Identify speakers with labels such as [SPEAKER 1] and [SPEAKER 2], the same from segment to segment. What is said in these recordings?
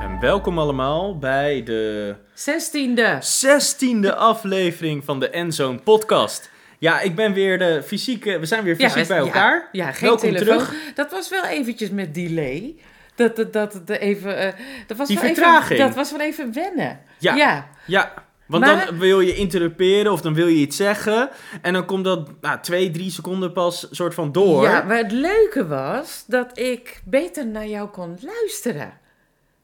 [SPEAKER 1] En welkom allemaal bij de
[SPEAKER 2] Zestiende.
[SPEAKER 1] 16e aflevering van de Enzoon podcast. Ja, ik ben weer de fysieke, we zijn weer fysiek bij elkaar.
[SPEAKER 2] Ja, geen
[SPEAKER 1] Welkom
[SPEAKER 2] telefoon.
[SPEAKER 1] terug.
[SPEAKER 2] Dat was wel eventjes met delay. Dat, dat, dat, dat even, eh, dat was
[SPEAKER 1] Die
[SPEAKER 2] wel
[SPEAKER 1] vertraging.
[SPEAKER 2] Even, dat was wel even wennen.
[SPEAKER 1] Ja.
[SPEAKER 2] ja.
[SPEAKER 1] Ja, want
[SPEAKER 2] Maar-
[SPEAKER 1] dan wil je interruperen of dan wil je iets zeggen. En dan komt dat nou, twee, drie seconden pas soort van door.
[SPEAKER 2] Ja, maar het leuke was dat ik beter naar jou kon luisteren.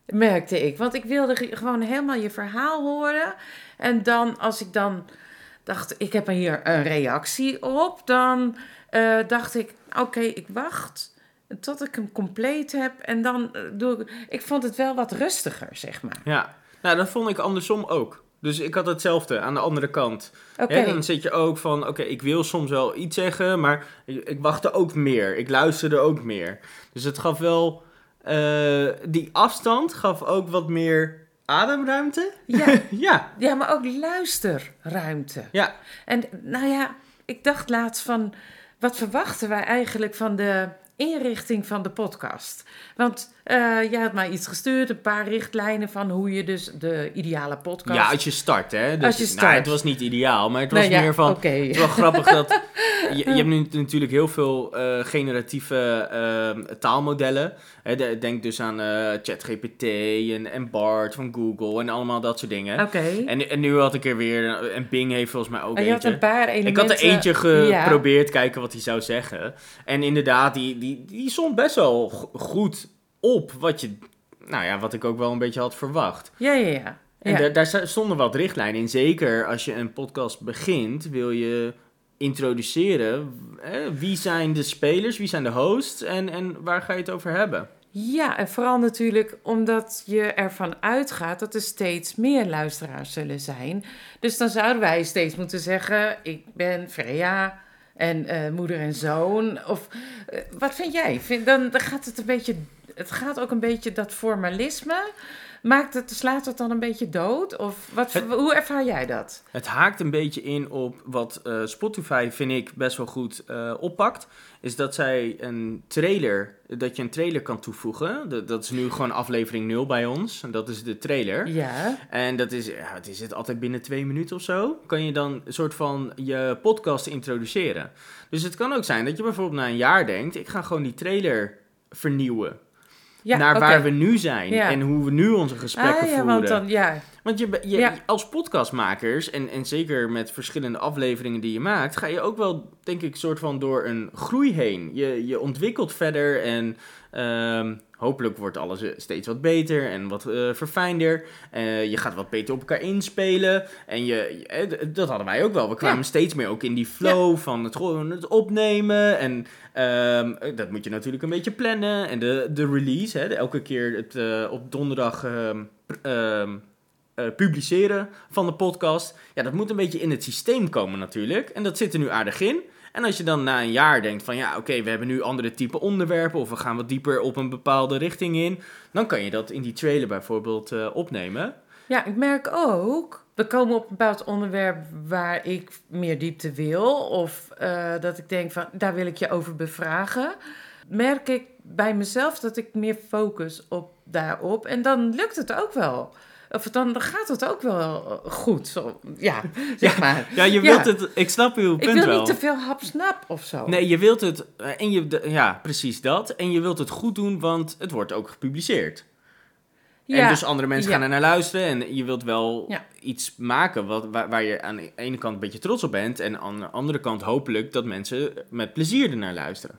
[SPEAKER 2] Merkte ik. Want ik wilde ge- gewoon helemaal je verhaal horen. En dan, als ik dan dacht, ik heb hier een reactie op, dan eh, dacht ik, oké, ik wacht tot ik hem compleet heb. En dan eh, doe ik. Ik vond het wel wat rustiger, zeg maar.
[SPEAKER 1] Ja. nou dat vond ik andersom ook. Dus ik had hetzelfde aan de andere kant.
[SPEAKER 2] Oké.
[SPEAKER 1] Hè, dan zit je ook van, oké, ik wil soms wel iets zeggen, maar ik, ik wachtte ook meer. Ik luisterde ook meer. Dus het gaf wel, eh, die afstand gaf ook wat meer ademruimte.
[SPEAKER 2] Ja,
[SPEAKER 1] ja,
[SPEAKER 2] ja, maar ook luisterruimte.
[SPEAKER 1] ja,
[SPEAKER 2] En nou ja, ik dacht laatst van, wat verwachten wij eigenlijk van de inrichting van de podcast? Want eh, jij had mij iets gestuurd, een paar richtlijnen van hoe je dus de ideale podcast...
[SPEAKER 1] ja, als je start, hè. Dus,
[SPEAKER 2] Als je
[SPEAKER 1] Nou,
[SPEAKER 2] start.
[SPEAKER 1] het was niet ideaal, maar het was
[SPEAKER 2] Nou ja,
[SPEAKER 1] meer van,
[SPEAKER 2] Oké,
[SPEAKER 1] Het is wel grappig dat. Je, je hebt nu natuurlijk heel veel eh, generatieve ehm, taalmodellen. Hè, de- denk dus aan eh, ChatGPT en, en Bart van Google en allemaal dat soort dingen.
[SPEAKER 2] oké. En,
[SPEAKER 1] En, en nu had ik er weer. een- En Bing heeft volgens mij ook
[SPEAKER 2] Oh, je had
[SPEAKER 1] eentje.
[SPEAKER 2] een paar elementen...
[SPEAKER 1] Ik had er eentje
[SPEAKER 2] Ja.
[SPEAKER 1] geprobeerd kijken wat hij zou zeggen. En inderdaad, die, die, die stond best wel go- goed op wat je. Nou ja, wat ik ook wel een beetje had verwacht.
[SPEAKER 2] Ja, ja, ja.
[SPEAKER 1] En
[SPEAKER 2] Ja.
[SPEAKER 1] daar- daar sta- stonden wat richtlijnen in. Zeker als je een podcast begint, wil je introduceren. eh, wie zijn de spelers, wie zijn de hosts en, en waar ga je het over hebben?
[SPEAKER 2] Ja, en vooral natuurlijk omdat je ervan uitgaat dat er steeds meer luisteraars zullen zijn. Dus dan zouden wij steeds moeten zeggen: Ik ben Freya en eh, moeder en zoon. Of eh, wat vind jij? Vind, dan, dan gaat het een beetje. Het gaat ook een beetje dat formalisme. Maakt het, slaat het dan een beetje dood? Of wat,
[SPEAKER 1] Het-
[SPEAKER 2] hoe ervaar jij dat?
[SPEAKER 1] Het haakt een beetje in op wat eh, Spotify, vind ik, best wel goed eh, oppakt. Is dat zij een trailer, dat je een trailer kan toevoegen. Dat- dat is nu gewoon aflevering 0 bij ons. En dat is de trailer.
[SPEAKER 2] Ja.
[SPEAKER 1] En dat is, ja, het is het altijd binnen twee minuten of zo. Kan je dan een soort van je podcast introduceren. Dus het kan ook zijn dat je bijvoorbeeld na een jaar denkt: ik ga gewoon die trailer vernieuwen.
[SPEAKER 2] ja
[SPEAKER 1] naar
[SPEAKER 2] oké.
[SPEAKER 1] waar we nu zijn
[SPEAKER 2] Ja.
[SPEAKER 1] en hoe we nu onze gesprekken
[SPEAKER 2] Ah, ja,
[SPEAKER 1] voeren.
[SPEAKER 2] want dan, ja,
[SPEAKER 1] Want je, be- je,
[SPEAKER 2] Ja.
[SPEAKER 1] als podcastmakers, en, en zeker met verschillende afleveringen die je maakt, ga je ook wel, denk ik, soort van door een groei heen. Je, je ontwikkelt verder en ehm, hopelijk wordt alles eh, steeds wat beter en wat eh, verfijnder. Eh, je gaat wat beter op elkaar inspelen. En je, je- eh, d- dat hadden wij ook wel. We kwamen
[SPEAKER 2] Ja.
[SPEAKER 1] steeds meer ook in die flow van het, gewoon het opnemen. En Ehm, eh, dat moet je natuurlijk een beetje plannen. En de, de release, hè, de- elke keer het, eh, op donderdag ehm, pr- ehm, eh, publiceren van de podcast. Ja, dat moet een beetje in het systeem komen natuurlijk. En dat zit er nu aardig in. En als je dan na een jaar denkt van ja, oké, we hebben nu andere type onderwerpen of we gaan wat dieper op een bepaalde richting in, dan kan je dat in die trailer bijvoorbeeld eh, opnemen.
[SPEAKER 2] Ja, ik merk ook. We komen op een bepaald onderwerp waar ik meer diepte wil. Of eh, dat ik denk van, daar wil ik je over bevragen. Merk ik bij mezelf dat ik meer focus op daarop. En dan lukt het ook wel. Of dan gaat het ook wel eh, goed. Zo, ja, zeg maar.
[SPEAKER 1] Ja, je
[SPEAKER 2] Ja.
[SPEAKER 1] wilt het, ik snap uw punt
[SPEAKER 2] Ik wil
[SPEAKER 1] wel.
[SPEAKER 2] niet te veel hapsnap of zo.
[SPEAKER 1] Nee, je wilt het, eh, en je, de- ja, precies dat. En je wilt het goed doen, want het wordt ook gepubliceerd. En
[SPEAKER 2] Ja.
[SPEAKER 1] dus andere mensen
[SPEAKER 2] Ja.
[SPEAKER 1] gaan er naar luisteren. En je wilt wel
[SPEAKER 2] Ja.
[SPEAKER 1] iets maken wat, waar, waar je aan de ene kant een beetje trots op bent. En aan de andere kant hopelijk dat mensen met plezier ernaar luisteren.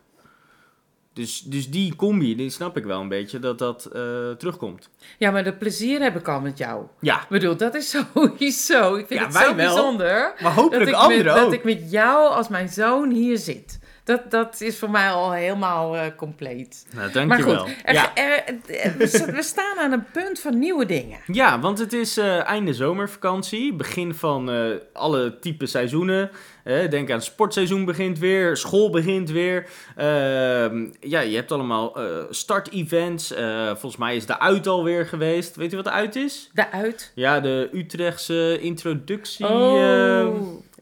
[SPEAKER 1] Dus, dus die combi, die snap ik wel een beetje dat dat eh, terugkomt.
[SPEAKER 2] Ja, maar dat plezier heb ik al met jou.
[SPEAKER 1] Ja,
[SPEAKER 2] Ik bedoel, dat is sowieso. Ik vind
[SPEAKER 1] Ja,
[SPEAKER 2] het
[SPEAKER 1] wij
[SPEAKER 2] zo
[SPEAKER 1] wel.
[SPEAKER 2] bijzonder.
[SPEAKER 1] maar hopelijk
[SPEAKER 2] dat ik, met,
[SPEAKER 1] anderen ook.
[SPEAKER 2] dat ik met jou als mijn zoon hier zit. Dat, dat is voor mij al helemaal eh, compleet.
[SPEAKER 1] Nou,
[SPEAKER 2] Maar
[SPEAKER 1] dankjewel.
[SPEAKER 2] goed, er-
[SPEAKER 1] ja.
[SPEAKER 2] er- er- we sta- we staan aan een punt van nieuwe dingen.
[SPEAKER 1] Ja, want het is eh, einde zomervakantie, begin van eh, alle type seizoenen. Eh, denk aan sportseizoen begint weer, school begint weer. Ehm, ja, je hebt allemaal eh start-events. Eh, volgens mij is de uit alweer geweest. Weet je wat de uit is?
[SPEAKER 2] Daaruit.
[SPEAKER 1] Ja, de Utrechtse introductie.
[SPEAKER 2] Oh,
[SPEAKER 1] ehm, eh,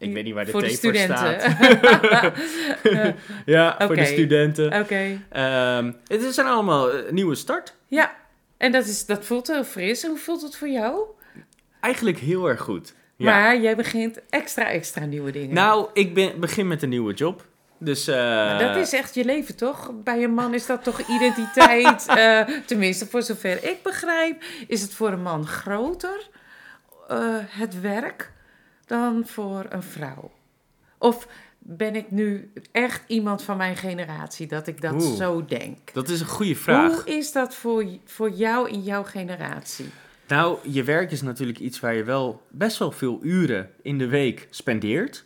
[SPEAKER 1] Ik weet niet waar de
[SPEAKER 2] voor
[SPEAKER 1] T
[SPEAKER 2] de
[SPEAKER 1] voor
[SPEAKER 2] studenten.
[SPEAKER 1] staat. ja, voor de
[SPEAKER 2] Oké.
[SPEAKER 1] studenten.
[SPEAKER 2] Oké.
[SPEAKER 1] Ehm, het zijn allemaal eh, nieuwe start.
[SPEAKER 2] Ja, en dat, is, dat voelt heel fris. Hoe voelt het voor jou?
[SPEAKER 1] Eigenlijk heel erg goed. Ja.
[SPEAKER 2] Maar jij begint extra, extra nieuwe dingen.
[SPEAKER 1] Nou, ik ben, begin met een nieuwe job. Dus eh,
[SPEAKER 2] Maar dat is echt je leven, toch? Bij een man is dat toch identiteit? eh, tenminste, voor zover ik begrijp, is het voor een man groter, eh, het werk, dan voor een vrouw. Of ben ik nu echt iemand van mijn generatie dat ik dat
[SPEAKER 1] Oeh.
[SPEAKER 2] zo denk?
[SPEAKER 1] dat is een goede vraag.
[SPEAKER 2] Hoe is dat voor, j- voor jou in jouw generatie?
[SPEAKER 1] Nou, je werk is natuurlijk iets waar je wel best wel veel uren in de week spendeert.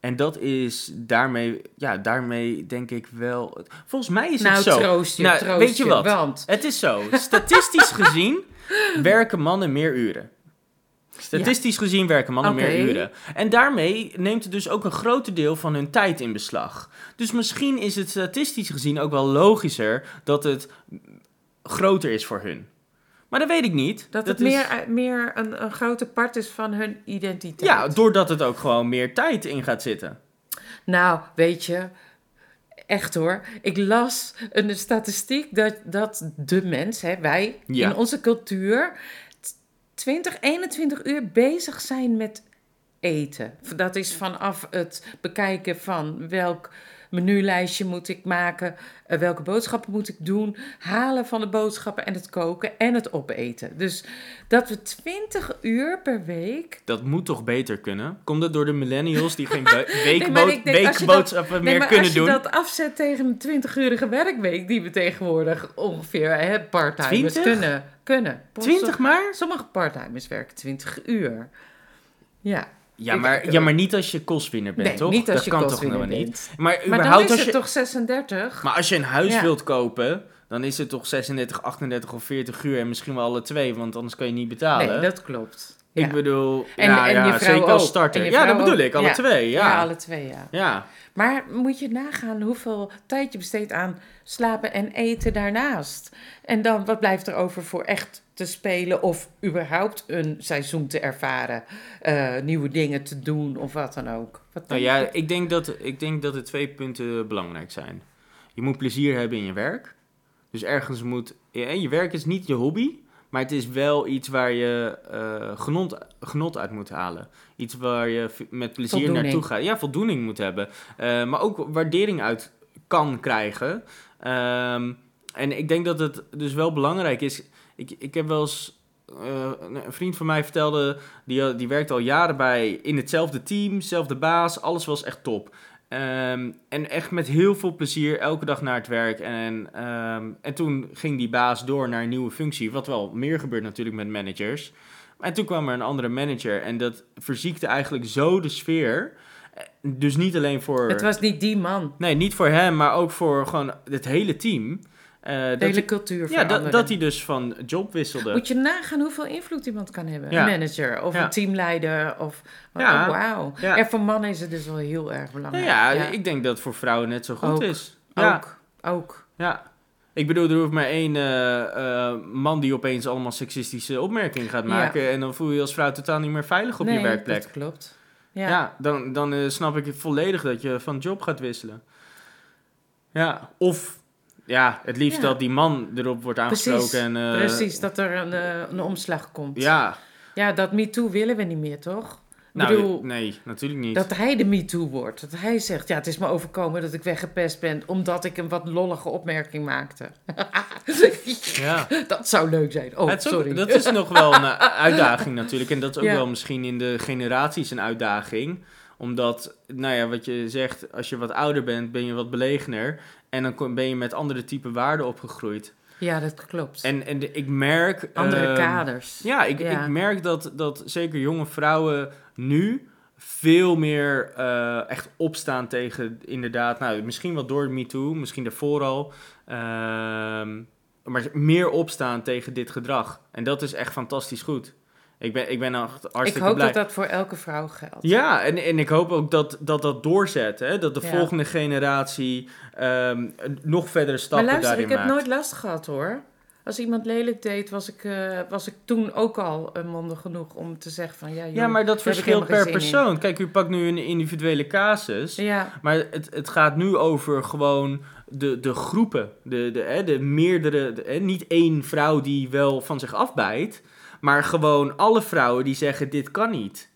[SPEAKER 1] En dat is daarmee, ja, daarmee denk ik wel. Volgens mij is
[SPEAKER 2] nou,
[SPEAKER 1] het zo.
[SPEAKER 2] troost je,
[SPEAKER 1] Nou,
[SPEAKER 2] troost
[SPEAKER 1] weet je
[SPEAKER 2] je,
[SPEAKER 1] wat?
[SPEAKER 2] want...
[SPEAKER 1] Het is zo. Statistisch gezien werken mannen meer uren. Statistisch gezien werken mannen
[SPEAKER 2] Oké.
[SPEAKER 1] meer uren. En daarmee neemt het dus ook een groter deel van hun tijd in beslag. Dus misschien is het statistisch gezien ook wel logischer dat het groter is voor hun. Maar dat weet ik niet.
[SPEAKER 2] Dat, het
[SPEAKER 1] is-
[SPEAKER 2] meer, meer een, een grote part is van hun identiteit.
[SPEAKER 1] Ja, doordat het ook gewoon meer tijd in gaat zitten.
[SPEAKER 2] Nou, weet je, echt hoor. Ik las een statistiek dat, dat de mens, hè, wij
[SPEAKER 1] Ja.
[SPEAKER 2] in onze cultuur, t- 20, 21 uur bezig zijn met eten. Dat is vanaf het bekijken van welk menulijstje moet ik maken, eh, welke boodschappen moet ik doen, halen van de boodschappen en het koken en het opeten. Dus dat we 20 uur per week
[SPEAKER 1] Dat moet toch beter kunnen? Komt dat door de millennials die geen be- weekbo-
[SPEAKER 2] maar ik denk als je dat-
[SPEAKER 1] weekboodschappen
[SPEAKER 2] Nee,
[SPEAKER 1] meer
[SPEAKER 2] maar
[SPEAKER 1] kunnen
[SPEAKER 2] als je
[SPEAKER 1] doen?
[SPEAKER 2] dat afzet tegen een 20-urige werkweek die we tegenwoordig ongeveer hè, part-timers
[SPEAKER 1] 20?
[SPEAKER 2] kunnen. kunnen.
[SPEAKER 1] 20 maar?
[SPEAKER 2] Sommige part-timers werken 20 uur. Ja,
[SPEAKER 1] Ja
[SPEAKER 2] Ik-
[SPEAKER 1] maar, ja, maar niet als je kostwinner bent,
[SPEAKER 2] nee,
[SPEAKER 1] toch?
[SPEAKER 2] niet als
[SPEAKER 1] dat
[SPEAKER 2] je
[SPEAKER 1] kan toch
[SPEAKER 2] kostwinner
[SPEAKER 1] helemaal niet?
[SPEAKER 2] bent.
[SPEAKER 1] Maar
[SPEAKER 2] Maar
[SPEAKER 1] überhaupt
[SPEAKER 2] dan is
[SPEAKER 1] als
[SPEAKER 2] het
[SPEAKER 1] je,
[SPEAKER 2] toch 36?
[SPEAKER 1] maar als je een huis
[SPEAKER 2] Ja.
[SPEAKER 1] wilt kopen, dan is het toch 36, 38 of 40 uur en misschien wel alle twee, want anders kan je niet betalen.
[SPEAKER 2] nee, dat klopt. Ja.
[SPEAKER 1] Ik bedoel,
[SPEAKER 2] En-
[SPEAKER 1] ja,
[SPEAKER 2] en
[SPEAKER 1] ja,
[SPEAKER 2] je vrouw
[SPEAKER 1] zeker als
[SPEAKER 2] ook.
[SPEAKER 1] starter.
[SPEAKER 2] En je
[SPEAKER 1] Ja, dat
[SPEAKER 2] vrouw
[SPEAKER 1] bedoel
[SPEAKER 2] ook.
[SPEAKER 1] ik, alle
[SPEAKER 2] Ja.
[SPEAKER 1] twee, ja.
[SPEAKER 2] alle twee, ja.
[SPEAKER 1] ja.
[SPEAKER 2] Maar moet je nagaan hoeveel tijd je besteedt aan slapen en eten daarnaast. En dan, wat blijft er over voor echt te spelen of überhaupt een seizoen te ervaren? eh, nieuwe dingen te doen of wat dan ook. Wat
[SPEAKER 1] Nou
[SPEAKER 2] denk
[SPEAKER 1] ja,
[SPEAKER 2] je?
[SPEAKER 1] ik denk, dat, ik denk dat er twee punten belangrijk zijn. Je moet plezier hebben in je werk. Dus ergens moet... ja, Je werk is niet je hobby, maar het is wel iets waar je eh, genot, genot uit moet halen. Iets waar je v- met plezier
[SPEAKER 2] Voldoening.
[SPEAKER 1] naartoe gaat. Ja, voldoening moet hebben. Eh, maar ook waardering uit kan krijgen. Ehm, en ik denk dat het dus wel belangrijk is... Ik, ik heb wel eens... eh, een een vriend van mij vertelde die, eh, die werkte al jaren bij in hetzelfde team, zelfde baas. Alles was echt top. Ehm, en echt met heel veel plezier elke dag naar het werk. En, ehm, en toen ging die baas door naar een nieuwe functie. Wat wel meer gebeurt natuurlijk met managers. Maar toen kwam er een andere manager. En dat verziekte eigenlijk zo de sfeer. Eh, Dus niet alleen voor...
[SPEAKER 2] Het was niet die man.
[SPEAKER 1] Nee, niet voor hem, maar ook voor gewoon het hele team. Eh,
[SPEAKER 2] De
[SPEAKER 1] dat
[SPEAKER 2] hele
[SPEAKER 1] hij-
[SPEAKER 2] cultuur
[SPEAKER 1] ja, dat,
[SPEAKER 2] veranderen.
[SPEAKER 1] dat hij dus van job wisselde.
[SPEAKER 2] Moet je nagaan hoeveel invloed iemand kan hebben.
[SPEAKER 1] Ja.
[SPEAKER 2] Een manager of
[SPEAKER 1] Ja.
[SPEAKER 2] een teamleider. Of,
[SPEAKER 1] Ja.
[SPEAKER 2] oh, wauw.
[SPEAKER 1] Ja.
[SPEAKER 2] En voor mannen is het dus wel heel erg
[SPEAKER 1] Nou
[SPEAKER 2] belangrijk.
[SPEAKER 1] ja, ik denk dat het voor vrouwen net zo goed
[SPEAKER 2] Ook.
[SPEAKER 1] is. Ja.
[SPEAKER 2] Ook, ook.
[SPEAKER 1] Ja. Ik bedoel, er hoeft maar één eh, eh, man die opeens allemaal seksistische opmerkingen gaat
[SPEAKER 2] Ja.
[SPEAKER 1] maken. En dan voel je je als vrouw totaal niet meer veilig op
[SPEAKER 2] Nee,
[SPEAKER 1] je werkplek.
[SPEAKER 2] dat klopt.
[SPEAKER 1] Ja, dan, dan eh, snap ik volledig dat je van job gaat wisselen. Ja, of ja, het liefst
[SPEAKER 2] Ja.
[SPEAKER 1] dat die man erop wordt aangesproken.
[SPEAKER 2] Precies,
[SPEAKER 1] en, eh,
[SPEAKER 2] Precies, dat er een, eh, een omslag komt.
[SPEAKER 1] Ja,
[SPEAKER 2] Ja, dat MeToo willen we niet meer, toch?
[SPEAKER 1] nou,
[SPEAKER 2] ik bedoel,
[SPEAKER 1] nee, natuurlijk niet.
[SPEAKER 2] dat hij de MeToo wordt. Dat hij zegt, ja, het is me overkomen dat ik weggepest ben... omdat ik een wat lollige opmerking maakte.
[SPEAKER 1] Ja.
[SPEAKER 2] dat zou leuk zijn. Oh,
[SPEAKER 1] Het is ook-
[SPEAKER 2] sorry.
[SPEAKER 1] dat is nog wel een eh, uitdaging natuurlijk. En dat is ook
[SPEAKER 2] Ja.
[SPEAKER 1] wel misschien in de generaties een uitdaging. Omdat, nou ja, wat je zegt, als je wat ouder bent, ben je wat belegener. En dan kom- ben je met andere type waarden opgegroeid.
[SPEAKER 2] Ja, dat klopt.
[SPEAKER 1] En, en de- ik merk...
[SPEAKER 2] Andere
[SPEAKER 1] ehm,
[SPEAKER 2] kaders.
[SPEAKER 1] Ja, ik,
[SPEAKER 2] Ja.
[SPEAKER 1] ik merk dat, dat zeker jonge vrouwen nu veel meer eh, echt opstaan tegen inderdaad... Nou, misschien wel door MeToo, misschien daarvoor al. ehm, maar meer opstaan tegen dit gedrag. En dat is echt fantastisch goed. Ik ben, ik ben echt
[SPEAKER 2] ik
[SPEAKER 1] hartstikke
[SPEAKER 2] hoop
[SPEAKER 1] blij.
[SPEAKER 2] dat dat voor elke vrouw geldt.
[SPEAKER 1] Ja, en, en ik hoop ook dat dat, dat doorzet. Hè? Dat de
[SPEAKER 2] Ja.
[SPEAKER 1] volgende generatie ehm, nog verdere
[SPEAKER 2] maar
[SPEAKER 1] stappen
[SPEAKER 2] luister,
[SPEAKER 1] daarin
[SPEAKER 2] ik heb
[SPEAKER 1] maakt.
[SPEAKER 2] nooit last gehad, hoor. Als iemand lelijk deed, was ik, eh, was ik toen ook al eh, mondig genoeg om te zeggen van... Ja, joh,
[SPEAKER 1] Ja, maar dat
[SPEAKER 2] daar heb ik
[SPEAKER 1] verschilt
[SPEAKER 2] helemaal
[SPEAKER 1] per
[SPEAKER 2] geen zin
[SPEAKER 1] persoon. Kijk, u pakt nu een individuele casus.
[SPEAKER 2] in. Ja,
[SPEAKER 1] Maar het, het gaat nu over gewoon de, de groepen. De, de, hè, de meerdere. de- hè, niet één vrouw die wel van zich afbijt. Maar gewoon alle vrouwen die zeggen: dit kan niet.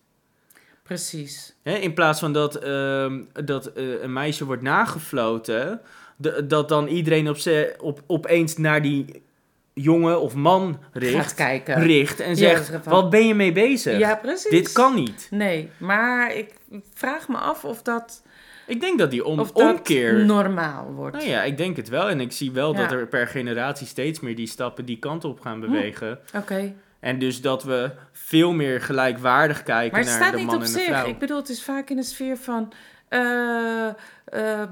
[SPEAKER 2] precies.
[SPEAKER 1] Hè, in plaats van dat, ehm, dat eh, een meisje wordt nagefloten. de- dat dan iedereen op ze, op, opeens naar die jongen of man
[SPEAKER 2] Gaat
[SPEAKER 1] richt.
[SPEAKER 2] kijken.
[SPEAKER 1] richt en
[SPEAKER 2] Ja,
[SPEAKER 1] zegt:
[SPEAKER 2] dat is wel-
[SPEAKER 1] wat ben je mee bezig?
[SPEAKER 2] Ja, precies.
[SPEAKER 1] dit kan niet.
[SPEAKER 2] Nee, maar ik vraag me af of dat,
[SPEAKER 1] Ik denk dat die om,
[SPEAKER 2] of dat
[SPEAKER 1] omkeer.
[SPEAKER 2] normaal wordt.
[SPEAKER 1] Nou ja, ik denk het wel. En ik zie wel dat
[SPEAKER 2] Ja. Hm.
[SPEAKER 1] er per generatie steeds meer die stappen die kant op gaan bewegen.
[SPEAKER 2] Oké,
[SPEAKER 1] En dus dat we veel meer gelijkwaardig kijken
[SPEAKER 2] maar het
[SPEAKER 1] naar
[SPEAKER 2] staat
[SPEAKER 1] de
[SPEAKER 2] niet
[SPEAKER 1] man
[SPEAKER 2] op
[SPEAKER 1] en de vrouw.
[SPEAKER 2] zich. Ik bedoel, het is vaak in de sfeer van eh, eh,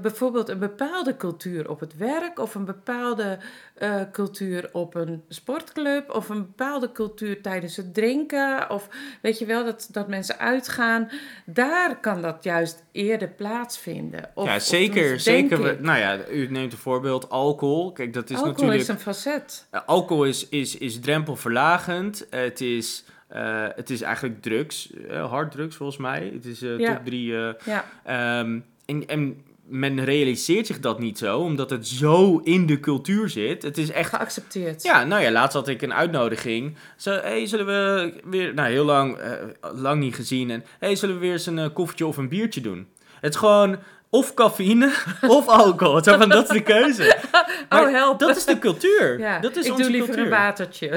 [SPEAKER 2] bijvoorbeeld een bepaalde cultuur op het werk, of een bepaalde eh, cultuur op een sportclub, of een bepaalde cultuur tijdens het drinken, of weet je wel, dat, dat mensen uitgaan. Daar kan dat juist eerder plaatsvinden. Of,
[SPEAKER 1] ja,
[SPEAKER 2] of
[SPEAKER 1] zeker.
[SPEAKER 2] tenminste, denk
[SPEAKER 1] zeker we-
[SPEAKER 2] ik.
[SPEAKER 1] nou ja, u neemt een voorbeeld alcohol. Kijk, dat is
[SPEAKER 2] Alcohol
[SPEAKER 1] natuurlijk.
[SPEAKER 2] is een facet.
[SPEAKER 1] Eh, Alcohol is, is, is drempelverlagend. Eh, Het is, eh, het is eigenlijk drugs, eh, harddrugs volgens mij. Het is eh,
[SPEAKER 2] Ja.
[SPEAKER 1] top drie eh,
[SPEAKER 2] Ja.
[SPEAKER 1] Ehm, en, en men realiseert zich dat niet zo, omdat het zo in de cultuur zit. Het is echt.
[SPEAKER 2] geaccepteerd.
[SPEAKER 1] Ja, nou ja, laatst had ik een uitnodiging. Zo, hey, zullen we weer. Nou, heel lang, eh, lang niet gezien. En hey, zullen we weer eens een eh, koffietje of een biertje doen? Het is gewoon. Of cafeïne of alcohol. Zo van, dat is de keuze. Maar
[SPEAKER 2] Oh, help.
[SPEAKER 1] Dat is de cultuur.
[SPEAKER 2] Ja,
[SPEAKER 1] Dat is
[SPEAKER 2] ik
[SPEAKER 1] onze
[SPEAKER 2] doe liever
[SPEAKER 1] cultuur.
[SPEAKER 2] een watertje.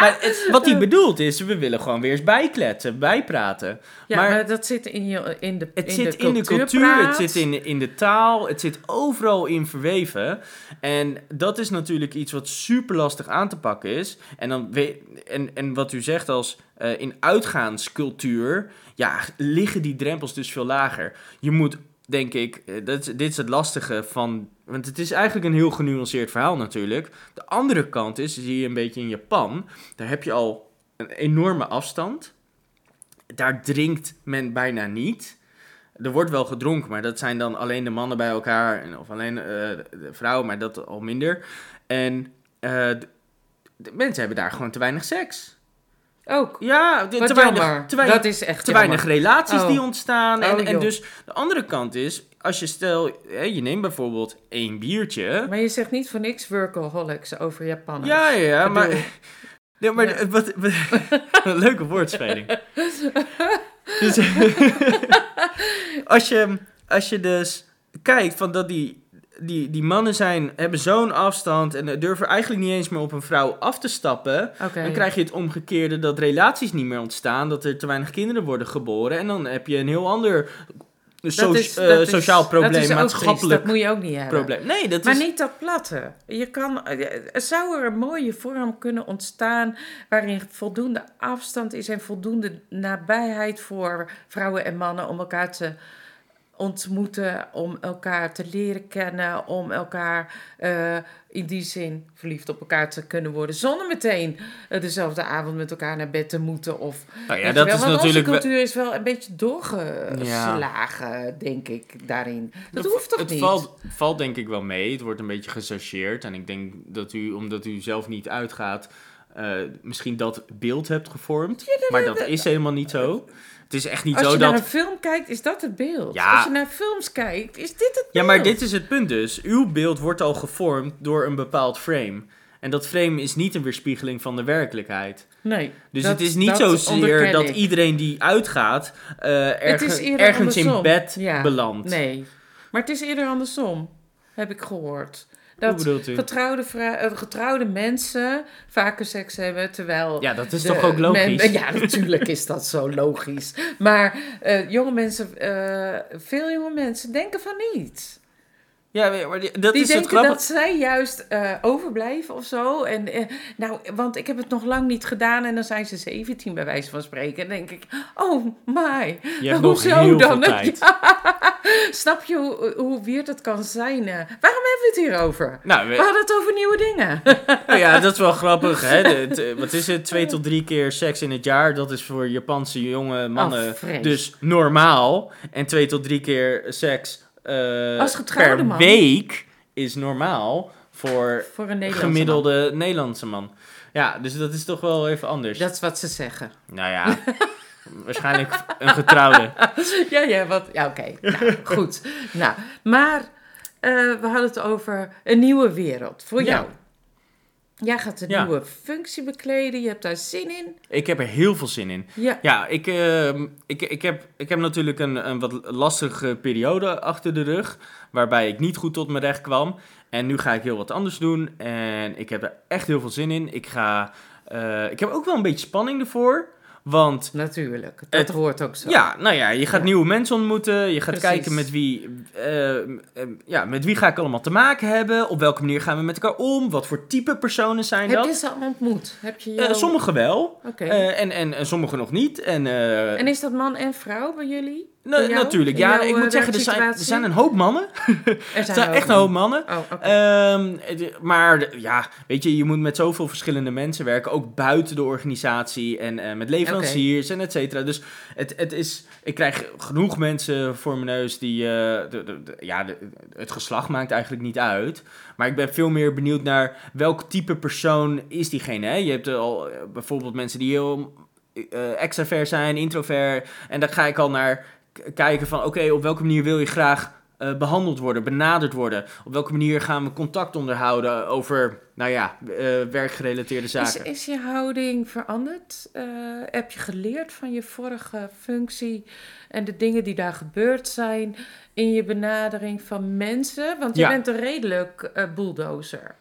[SPEAKER 1] Maar het- wat hij bedoelt is, we willen gewoon weer eens bijkletsen, bijpraten.
[SPEAKER 2] Ja, maar,
[SPEAKER 1] Maar-
[SPEAKER 2] dat zit in, je, in de
[SPEAKER 1] Het
[SPEAKER 2] in
[SPEAKER 1] zit
[SPEAKER 2] de
[SPEAKER 1] in de cultuur, het
[SPEAKER 2] cultuurpraat.
[SPEAKER 1] zit in, in de taal, het zit overal in verweven. En dat is natuurlijk iets wat super lastig aan te pakken is. En, dan we- en, en wat u zegt als eh, in uitgaanscultuur, ja, liggen die drempels dus veel lager. Je moet, denk ik, eh, dat, is- dit is het lastige van. Want het is eigenlijk een heel genuanceerd verhaal natuurlijk. De andere kant is, zie je een beetje in Japan, daar heb je al een enorme afstand. Daar drinkt men bijna niet. Er wordt wel gedronken, maar dat zijn dan alleen de mannen bij elkaar. en- Of alleen eh, de de vrouwen, maar dat al minder. En eh, de, de mensen hebben daar gewoon te weinig seks.
[SPEAKER 2] Ook.
[SPEAKER 1] Ja, de-
[SPEAKER 2] Wat
[SPEAKER 1] te weinig,
[SPEAKER 2] jammer.
[SPEAKER 1] te weinig,
[SPEAKER 2] dat is echt
[SPEAKER 1] te weinig relaties
[SPEAKER 2] Oh.
[SPEAKER 1] die ontstaan. En,
[SPEAKER 2] Oh,
[SPEAKER 1] en
[SPEAKER 2] joh.
[SPEAKER 1] dus de andere kant is, als je stel, hè, je neemt bijvoorbeeld één biertje.
[SPEAKER 2] jammer. Maar je zegt niet voor niks workaholics over Japanners.
[SPEAKER 1] Ja, ja, ja,
[SPEAKER 2] Ik
[SPEAKER 1] maar.
[SPEAKER 2] bedoel,
[SPEAKER 1] Nee, maar
[SPEAKER 2] Ja.
[SPEAKER 1] wat, wat- een leuke woordspeling. dus, als, je, als je dus kijkt van dat die, die, die mannen zijn, hebben zo'n afstand en eh, durven eigenlijk niet eens meer op een vrouw af te stappen.
[SPEAKER 2] Oké.
[SPEAKER 1] Dan krijg je het omgekeerde dat relaties niet meer ontstaan, dat er te weinig kinderen worden geboren. En dan heb je een heel ander
[SPEAKER 2] Dat
[SPEAKER 1] socia-
[SPEAKER 2] is-
[SPEAKER 1] eh,
[SPEAKER 2] dat is-
[SPEAKER 1] sociaal
[SPEAKER 2] dat
[SPEAKER 1] probleem,
[SPEAKER 2] is ook triest,
[SPEAKER 1] maatschappelijk
[SPEAKER 2] Dat moet je ook niet hebben.
[SPEAKER 1] probleem. Nee, dat
[SPEAKER 2] Maar
[SPEAKER 1] is...
[SPEAKER 2] niet dat platte. Je kan, er zou er een mooie vorm kunnen ontstaan waarin voldoende afstand is en voldoende nabijheid voor vrouwen en mannen om elkaar te ontmoeten, om elkaar te leren kennen, om elkaar eh, in die zin verliefd op elkaar te kunnen worden, zonder meteen eh, dezelfde avond met elkaar naar bed te moeten. Of,
[SPEAKER 1] Nou ja,
[SPEAKER 2] Weet je
[SPEAKER 1] dat
[SPEAKER 2] wel,
[SPEAKER 1] is
[SPEAKER 2] want
[SPEAKER 1] natuurlijk...
[SPEAKER 2] onze
[SPEAKER 1] wel-
[SPEAKER 2] cultuur is wel een beetje doorgeslagen, denk ik, daarin. Dat
[SPEAKER 1] Het-
[SPEAKER 2] hoeft toch
[SPEAKER 1] het
[SPEAKER 2] niet?
[SPEAKER 1] Valt, valt denk ik wel mee. Het wordt een beetje gesacheerd. En ik denk dat u, omdat u zelf niet uitgaat, eh, misschien dat beeld hebt gevormd. maar dat is helemaal niet zo. Het is echt niet
[SPEAKER 2] Als
[SPEAKER 1] zo
[SPEAKER 2] je
[SPEAKER 1] dat...
[SPEAKER 2] naar een film kijkt, is dat het beeld.
[SPEAKER 1] Ja.
[SPEAKER 2] Als je naar films kijkt, is dit het beeld.
[SPEAKER 1] Ja, maar dit is het punt dus. Uw beeld wordt al gevormd door een bepaald frame. En dat frame is niet een weerspiegeling van de werkelijkheid.
[SPEAKER 2] Nee.
[SPEAKER 1] Dus
[SPEAKER 2] dat-
[SPEAKER 1] het is niet
[SPEAKER 2] dat
[SPEAKER 1] zozeer
[SPEAKER 2] onderken
[SPEAKER 1] dat
[SPEAKER 2] ik.
[SPEAKER 1] iedereen die uitgaat eh, erge-
[SPEAKER 2] is eerder
[SPEAKER 1] ergens in
[SPEAKER 2] andersom.
[SPEAKER 1] bed
[SPEAKER 2] Ja,
[SPEAKER 1] belandt.
[SPEAKER 2] Nee. Maar het is eerder andersom, heb ik gehoord.
[SPEAKER 1] Hoe
[SPEAKER 2] Dat
[SPEAKER 1] bedoelt u?
[SPEAKER 2] getrouwde, vrou- eh, getrouwde mensen vaker seks hebben, terwijl...
[SPEAKER 1] Ja, dat is
[SPEAKER 2] de
[SPEAKER 1] toch ook logisch?
[SPEAKER 2] men- ja, natuurlijk is dat zo logisch. Maar eh, jonge mensen, eh, veel jonge mensen denken van niet.
[SPEAKER 1] Ja, maar die- dat
[SPEAKER 2] die
[SPEAKER 1] is het
[SPEAKER 2] denken
[SPEAKER 1] grappige.
[SPEAKER 2] dat zij juist eh, overblijven of zo. En, eh, nou, want ik heb het nog lang niet gedaan en dan zijn ze 17 bij wijze van spreken. En dan denk ik, oh my,
[SPEAKER 1] Je hebt nog
[SPEAKER 2] hoezo
[SPEAKER 1] heel veel
[SPEAKER 2] dan?
[SPEAKER 1] tijd.
[SPEAKER 2] snap je hoe, hoe weird dat kan zijn? eh? Waarom hebben we het hier over?
[SPEAKER 1] Nou,
[SPEAKER 2] We
[SPEAKER 1] we-
[SPEAKER 2] hadden het over nieuwe dingen.
[SPEAKER 1] Nou ja, dat is wel grappig. Hè? De- het- eh, wat is het? Twee tot drie keer seks in het jaar. Dat is voor Japanse jonge mannen
[SPEAKER 2] Oh, vrees.
[SPEAKER 1] dus normaal. En twee tot drie keer seks eh,
[SPEAKER 2] Als getrouwde
[SPEAKER 1] per
[SPEAKER 2] man.
[SPEAKER 1] week is normaal voor
[SPEAKER 2] Voor een Nederlandse
[SPEAKER 1] gemiddelde Nederlandse man. Ja, dus dat is toch wel even anders.
[SPEAKER 2] man. Dat is wat ze zeggen.
[SPEAKER 1] Nou ja, waarschijnlijk een getrouwde.
[SPEAKER 2] ja, ja, wat. Ja, oké. Nou, goed. Nou, maar eh, we hadden het over een nieuwe wereld voor
[SPEAKER 1] Ja.
[SPEAKER 2] jou. Jij gaat een
[SPEAKER 1] Ja.
[SPEAKER 2] nieuwe functie bekleden. Je hebt daar zin in.
[SPEAKER 1] Ik heb er heel veel zin in.
[SPEAKER 2] Ja.
[SPEAKER 1] Ja, ik, ehm, ik, ik, heb, ik heb natuurlijk een, een wat lastige periode achter de rug. Waarbij ik niet goed tot mijn recht kwam. En nu ga ik heel wat anders doen. En ik heb er echt heel veel zin in. Ik, ga, eh, ik heb ook wel een beetje spanning ervoor. Want
[SPEAKER 2] Natuurlijk. Dat
[SPEAKER 1] Het-
[SPEAKER 2] hoort ook zo.
[SPEAKER 1] ja, nou ja, je gaat
[SPEAKER 2] Ja.
[SPEAKER 1] nieuwe mensen ontmoeten. Je gaat
[SPEAKER 2] Precies.
[SPEAKER 1] kijken met wie, eh, eh, ja, met wie ga ik allemaal te maken hebben. Op welke manier gaan we met elkaar om. Wat voor type personen zijn
[SPEAKER 2] Heb
[SPEAKER 1] dat.
[SPEAKER 2] je ze al ontmoet? Heb je
[SPEAKER 1] Eh,
[SPEAKER 2] jou-
[SPEAKER 1] sommigen wel.
[SPEAKER 2] Oké.
[SPEAKER 1] eh, en, en, en sommigen nog niet. En, eh,
[SPEAKER 2] en is dat man en vrouw bij jullie?
[SPEAKER 1] Na-
[SPEAKER 2] Bij jou?
[SPEAKER 1] natuurlijk,
[SPEAKER 2] In
[SPEAKER 1] ja.
[SPEAKER 2] jouw,
[SPEAKER 1] Ik
[SPEAKER 2] eh,
[SPEAKER 1] moet zeggen, er zijn, er
[SPEAKER 2] werksituatie?
[SPEAKER 1] zijn een hoop mannen.
[SPEAKER 2] Er
[SPEAKER 1] Er
[SPEAKER 2] zijn
[SPEAKER 1] zijn
[SPEAKER 2] ook
[SPEAKER 1] echt een hoop mannen.
[SPEAKER 2] Oh, oké.
[SPEAKER 1] Ehm, de- maar de- ja, weet je, je moet met zoveel verschillende mensen werken. Ook buiten de organisatie en eh, met leveranciers en et cetera. Dus het, het is, ik krijg genoeg mensen voor mijn neus die... eh, de, de- de- ja, de- het geslacht maakt eigenlijk niet uit. Maar ik ben veel meer benieuwd naar welk type persoon is diegene. Hè? Je hebt eh, al eh, bijvoorbeeld mensen die heel eh extravert zijn, introvert. En daar ga ik al naar k- kijken van... Oké, op welke manier wil je graag... eh, behandeld worden, benaderd worden. Op welke manier gaan we contact onderhouden over, nou ja, eh, werkgerelateerde
[SPEAKER 2] Is,
[SPEAKER 1] zaken?
[SPEAKER 2] is je houding veranderd? Eh, heb je geleerd van je vorige functie en de dingen die daar gebeurd zijn in je benadering van mensen? Want je
[SPEAKER 1] Ja.
[SPEAKER 2] bent een redelijk eh, bulldozer.